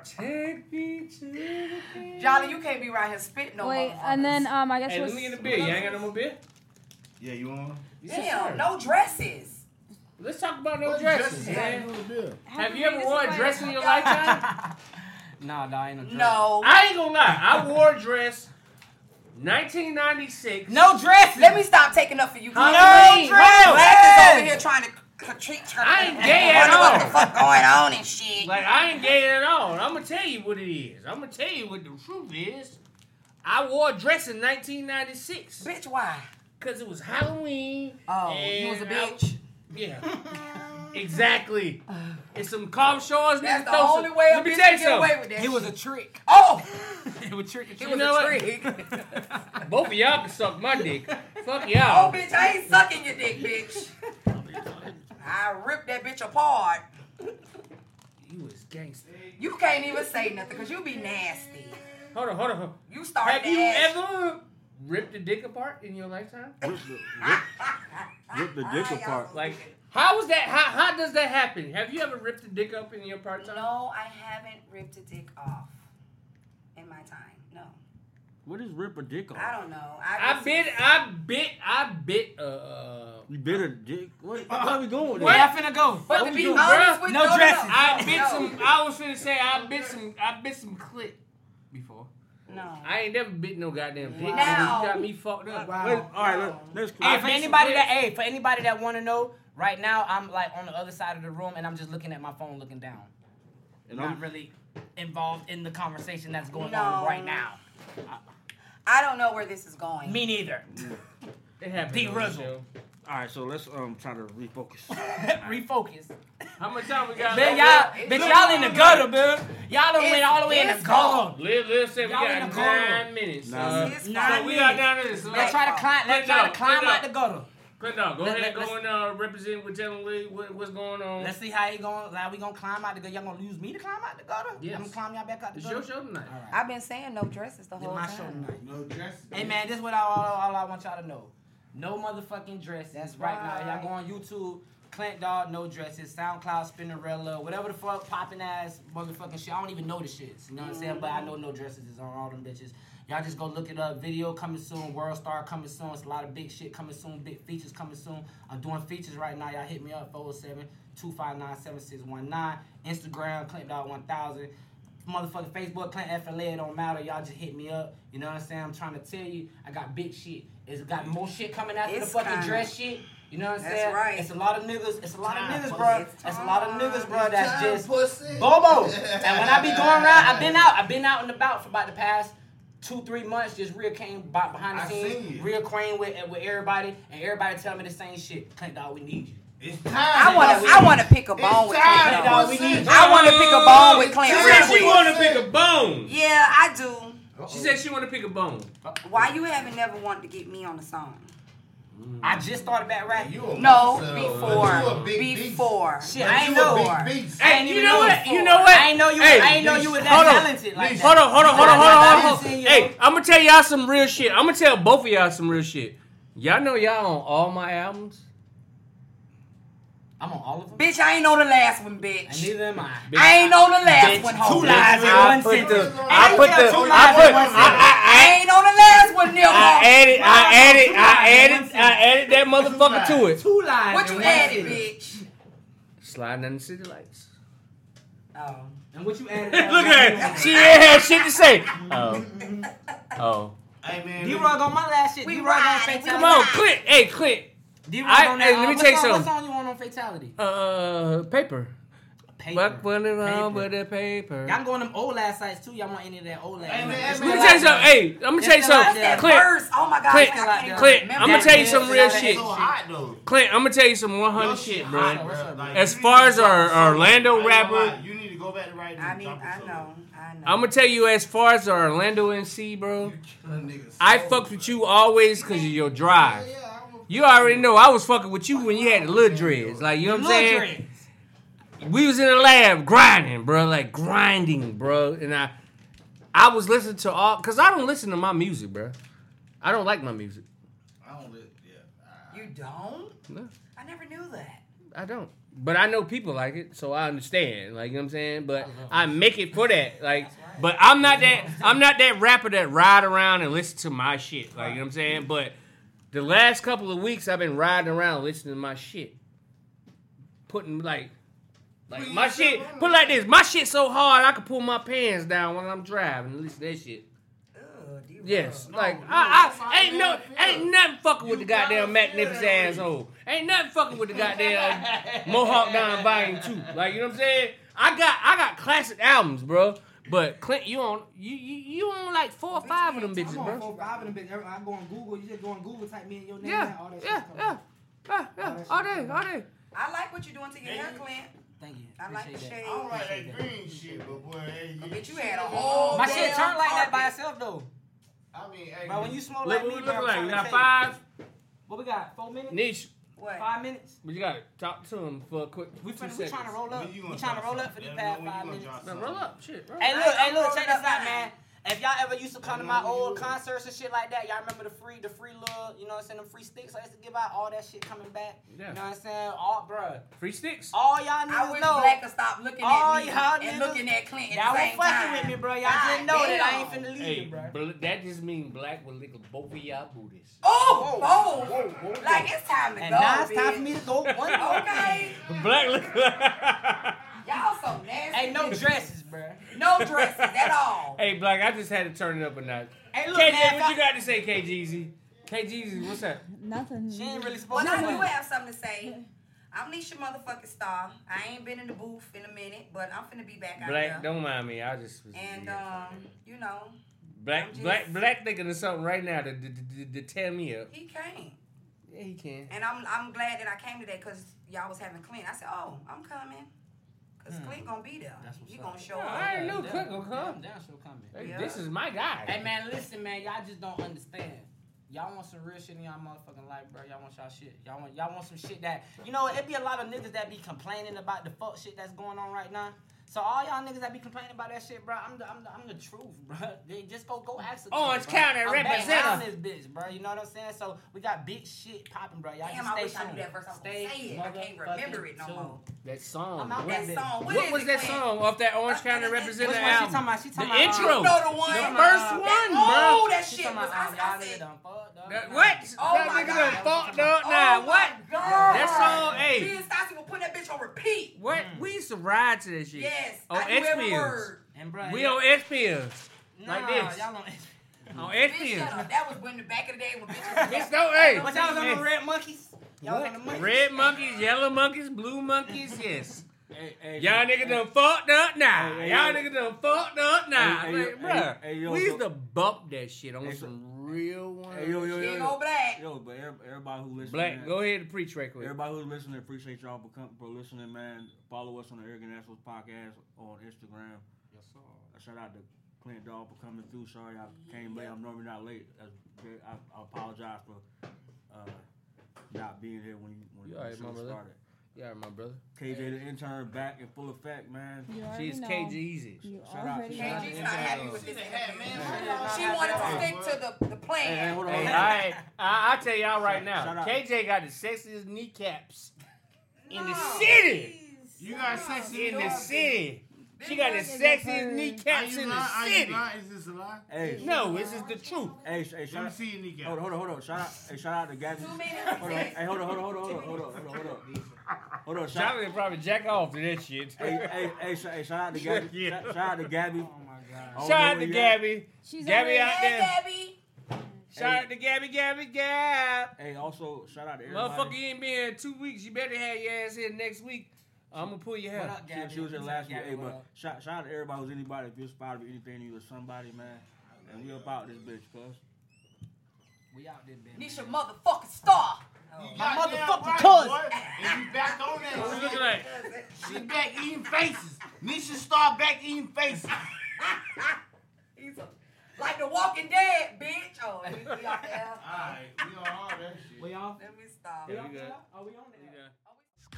Take me to the king. Jolly, you can't be right here spitting no Wait, motherfuckers. and then um, I guess Hey, what's let me get a beer. You ain't got no more beer? Yeah, you want one? Damn, no dresses. Let's talk about no What dresses, dresses man. Have you Have ever you worn been a to dress in your lifetime? nah, nah, ain't no dress. No. I ain't gonna lie. I wore a dress 1996. No dresses. Let me stop taking up for you. Huh? Girl, No Black dresses. is over here trying to critique her. I ain't gay at all. What the fuck going on and shit. Like I ain't gay at all. I'm gonna tell you what it is. I'm gonna tell you what the truth is. I wore a dress in 1996. Bitch, why? Cause it was Halloween. Oh, you was a and I- bitch. yeah. exactly. And some calm shorts. That's nigga, the throw some- only way a Let me bitch tell you can get away something. with that. It was a shit. trick. <laughs> Oh, It was trick or it treat. was know a what? <laughs> trick. Both of y'all can suck my <laughs> dick. Fuck Oh, y'all. bitch, I ain't sucking your dick, bitch. <laughs> I ripped that bitch apart. You was gangster. You can't even say nothing because you be nasty. Hold on, hold on. Hold on. You start Have to you ask- ever ripped a dick apart in your lifetime? Rip the dick apart. Like, how was that? How, how does that happen? Have you ever ripped a dick up in your part time? No, I haven't ripped a dick off in my time. No. What is rip a dick off? I don't know. I, I bit, I bit, I bit. Uh, uh You bit a dick? What? How we going with What? that? finna go. But what to we be doing, honest bruh? with No you, dresses. I bit no, some. I was finna say I bit some. I bit some clit before. No. I ain't never bit no goddamn dick. Now- You got me fucked up. Wow. Let- all right, let, let's. Hey, for anybody that hey, for anybody that want to know, right now I'm like on the other side of the room and I'm just looking at my phone, looking down. And not I'm- really involved in the conversation that's going No. on right now. I don't know where this is going. Me <laughs> neither. It happened. D on the Rizzle, show. All right, so let's um try to refocus. refocus. How much time we got? Man, left? y'all, bitch, y'all in the gutter, man. Y'all done went all the way in It's the gutter. Liz, Liz said we Y'all in got the corner. nine minutes. Nah. Uh, It's so nine we got minutes. down to this. So Let's Let's try to climb. Let's try to climb out the gutter. Dog, go Let- ahead let- and go let's- and uh, represent with Taylor Lee. What, what's going on? Let's see how you going. How we gonna climb out the gutter? Y'all gonna use me to climb out the gutter? Yes. I'm gonna climb y'all back out the it's gutter. your show tonight. All right. I've been saying no dresses the It's whole my show time. tonight. No dress. Hey man, this what I, all, all I want y'all to know. No motherfucking dresses That's right, now. right. Y'all go on YouTube, Clint Dog, no dresses, SoundCloud, Spinnerella, whatever the fuck, popping ass motherfucking shit. I don't even know the shits. You know what I'm saying? But I know no dresses is on all them bitches. Y'all just go look it up. Video coming soon. World Star coming soon. It's a lot of big shit coming soon. Big features coming soon. I'm doing features right now. Y'all hit me up 407 259 7619. Instagram, Clint Dog 1000 motherfucking Facebook, Clint FLA, it don't matter. Y'all just hit me up. You know what I'm saying? I'm trying to tell you, I got big shit. It's got more shit coming after It's the fucking kinda- dress shit. You know what I'm That's saying? right. It's a lot of niggas. It's a lot Time, of niggas, pussy. bro. It's It's a lot of niggas, bro. That's Time, just pussy. Bobo. and when I <laughs> be going around, I've been out. I've been out and about for about the past two, three months. Just real came by- behind the I scenes, seen you. reacquainted with with everybody, and everybody telling me the same shit. Clint, dog, we need you. It's time. I want to. I want to pick a bone with time, Clint. dog. Dog. We pussy. need- I want to pick a bone with She Clint said she real quick. want to pick a bone. Yeah, I do. She said she want to pick a bone. Why you haven't never wanted to get me on the song? I just started back rapping. You a No, monster, but you before, a big beast. before, Shit, But I ain't you a know. big beast. Hey, ain't you even know know what? you You know what? I ain't know you. Hey, I ain't know you were that hold on. talented like that. Hold on, hold on, hold on, hold on, hold on. Listen, yo. Hey, I'm gonna tell y'all some real shit. I'm gonna tell both of y'all some real shit. Y'all know y'all on all my albums. I'm on all of them. bitch, I ain't know the last one, And bitch. neither am I. I ain't know the last Bitch, one, two homie. lies in I one put sentence. the- And I you put got the- two I lies in put- one I- sentence. I ain't on the last one, nigga. I added, I added, I added, I added that motherfucker to it. Two lies. What in you one added, sentence. bitch? Sliding under city lights. Oh. And what <laughs> you added? Look at her. She ain't had shit to say. Oh, oh. Hey man, D Rug on my last shit. We D Rug on riding, fatality. we Come on, Clint. Hey, Clint. D-Rug I- on hey, that. let uh, me what tell you song- What something. song you want on fatality? Uh, paper. What Paper. went wrong with Paper. the paper? Y'all go on them old ass sites too. Y'all want any of that old ass? Hey, man, It's hey, Let the me tell you last one. something. Hey, I'm gonna tell you Just like something. that That Clint, verse. Oh my God. Clint, I can't even Clint, remember I'ma that tell you bitch. some real it's shit. so hot though. Clint, I'm gonna tell you some Your 100 shit, hot, bro. bruh. Like, As you far need as to our- go- our Orlando I ain't gonna lie, rapper- you need to go back to writing. I these mean, I topics know. up. I know. I'm gonna tell you as far as the Orlando NC, bro. I fucked with you always because of your drive. You already know I was fucking with you when you had the little dreads. Like, you know what I'm Lil saying? Dre. we was in the lab grinding, bro, like grinding, bro. And I, I was listening to all, cause I don't listen to my music, bro. I don't like my music. I don't li- yeah. You don't? No, I never knew that. I don't. But I know people like it, so I understand. Like you know what I'm saying. But I make it for that. Like But I'm not that I'm not that rapper that ride around and listen to my shit. Like you know what I'm saying? But the last couple of weeks I've been riding around listening to my shit. Putting like like my shit put it like this. My shit so hard I could pull my pants down when I'm driving and listen to that shit. Yes, like I, I ain't no, ain't nothing fucking with the goddamn magnificent asshole. Ain't nothing fucking with the goddamn Mohawk Down Volume Two. Like you know what I'm saying? I got, I got classic albums, bro. But Clint, you on, you, you, you on like four or five of them bitches, I'm on bro. four, five of them bitches. I go on Google. You just go on Google, type me and your name. Yeah, and all that yeah, shit come yeah, up. yeah, yeah. All day, all day. I like what you're doing to your hair, Clint. Thank you. I like the Appreciate shade. that. I don't like that green shit, but boy, hey, I bet you had a whole. My shit damn turned like that by carpet. itself though. I mean, hey, Bro, when you smoke Look like what we me, bro, look I'm like. We trying to got tell you. five What we got? Four minutes. niche. What? Five minutes. But you gotta talk to them for a quick. We two finna, we seconds. trying to roll up. When We you gonna trying to drop roll up for something? the Let 'em know past when you gonna drop five minutes. Man, roll something. up. Shit, roll Hey, up. look, I- hey, I'm look, rolling check this up out, now. man. If y'all ever used to come to my old concerts and shit like that, y'all remember the free, the free little, you know what I'm saying, the free sticks I used to give out, all that shit coming back. Yeah. You know what I'm saying? All, bruh. Free sticks. All y'all I niggas wish know. Black could stop looking at all me y'all and niggas, looking at Clint at Y'all the was same fucking time. with me, bro. Y'all God didn't know that I ain't damn. finna leave Hey, you, bro. bl- that just mean black will lick both of y'all booties. Oh, oh, like it's time to And go. now it's time bitch. for me to go. One- okay, Black lick. y'all so nasty. Ain't no dresses, bro. No dresses at all. <laughs> hey, black, I just had to turn it up a notch. Hey, look, KJ, man, what you got to say, KGZ? KGZ, what's up? Nothing. She ain't really Well, supposed I to. do have something to say. I'm Leisha motherfucking Star. I ain't been in the booth in a minute, but I'm finna be back out Black, there. don't mind me. I just was And um, you know, black, I'm just- black, black thinking of something right now to, to, to, to tear me up. he came. Yeah, he can. And I'm I'm glad that I came today because y'all was having Clint. I said, oh, I'm coming. Because Hmm. Clint gonna be there. He gonna show Yeah, up. I already knew Yeah, Clint gonna I'm come. down, she'll come in. Hey, This is my guy. Hey man, listen man, y'all just don't understand. Y'all want some real shit in y'all motherfucking life, bro. Y'all want y'all shit. Y'all want y'all want some shit that you know. It be a lot of niggas that be complaining about the fuck shit that's going on right now. So all y'all niggas that be complaining about that shit, bro, I'm the I'm the, I'm the truth, bro. <laughs> They just go go ask. Orange County representative. represent this bitch, bro. You know what I'm saying? So we got big shit popping, bro. Y'all Damn, just I stay wish I knew tuned. that verse. I was gonna Stay say it. I can't remember it no motherfucking more. That song. I'm out What, that song. What what is was it, that Clint? song off that Orange County uh, Which Representative one she album? talking about? She talking the about, uh, intro. You know the one. The Talking first about, uh, one, that- bro. oh, that She shit talking was- I- I about, "Oh, y'all said- nigga done fucked up." That- What? Oh that my nigga God. done fucked up now. Oh What? my God. That song, hey. Me and Stassi will put that bitch on repeat. What? Mm. We used to ride to that shit. Yes. On I knew every X-Pills. word. And bro, We on X-Pills. Nah, Like this. y'all on On Bitch, shut X-Pills. up. That was when the back of the day when bitches. Bitch, don't- hey. But y'all was on Hey. the Red Monkeys. Y'all was on the Monkeys. Red monkeys, yellow monkeys, blue monkeys, yes. Y'all niggas done fucked up now. Hey, hey, Y'all hey. niggas done fucked up now. Hey, hey, like, yo, bruh, hey, hey, yo, we used so- to bump that shit on Hey, so- some real one. Hey, yo, yo, yo, Big yo. old black. Yo, but every- everybody who listening, Black, man, go ahead and preach right quick. Everybody who's listening, appreciate y'all for, com- for listening, man. Follow us on the Arrogant Assholes podcast on Instagram. Yes, sir. A shout out to Clint Dog for coming through. Sorry I came late. I'm normally not late. That's very- I, I apologize for uh, not being here when you when You the all right, show my brother? started. You all right, my brother? KJ the intern back in full effect, man. You already She's know. KJ Easy. You Shout out to already shout out to KJ's the not happy intern. with this. She She wanted to stick to the, the plan. Hey, hey, hold on, hold Hey, I, on. I, I tell y'all right shout now, out. KJ got the sexiest kneecaps in the No. city. You got sexy In the enough. city. She got the sexiest Are kneecaps you in the lying? Are city. you lying? Is this a lie? Hey, No, this is the truth. Hey, sh- hey, Let shout me out. see your kneecap. Hold on, hold on, hold on. Shout out, hey, shout out to Gadget. Two Hold minutes. on, hey, hold on, hold on, hold on, hold on, hold on, hold on. Hold on, shout out. Jonathan probably jack off to that shit. Hey, hey, hey, sh- hey, shout out to Gabby. Yeah. shout, shout out to Gabby. Oh Shout out to Gabby. She's Gabby already- out Hey, there. Gabby. Shout out to Gabby, Gabby, Gab. Hey, also shout out to everybody. Motherfucker, you ain't been here in two weeks. You better have your ass here next week. I'm gonna pull your hair. What up, She, Gabby? she was here What's last up, week. Gabby? Hey, What but up? shout, shout out to everybody who's anybody. If you're inspired by anything, you was somebody, man. And we about this bitch, cuz. We out there, baby. Nisha motherfucking Star. My motherfucking right, cousin. boy. And you back on What you that. looking like? She back eating faces. Nisha start back eating faces. He's a, like the Walking Dead, bitch. Oh, we, we <laughs> out there. Alright, we on all that shit. We off? Let me stop. Yeah, we good. Are we on there?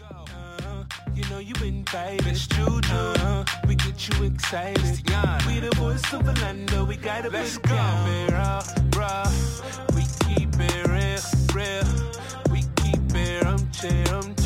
Uh, You know you invited, it's true. Uh, we get you excited. We the voice of Orlando, we gotta Let's go. Camera, bruh. We keep it real, real. We keep it, I'm chill, I'm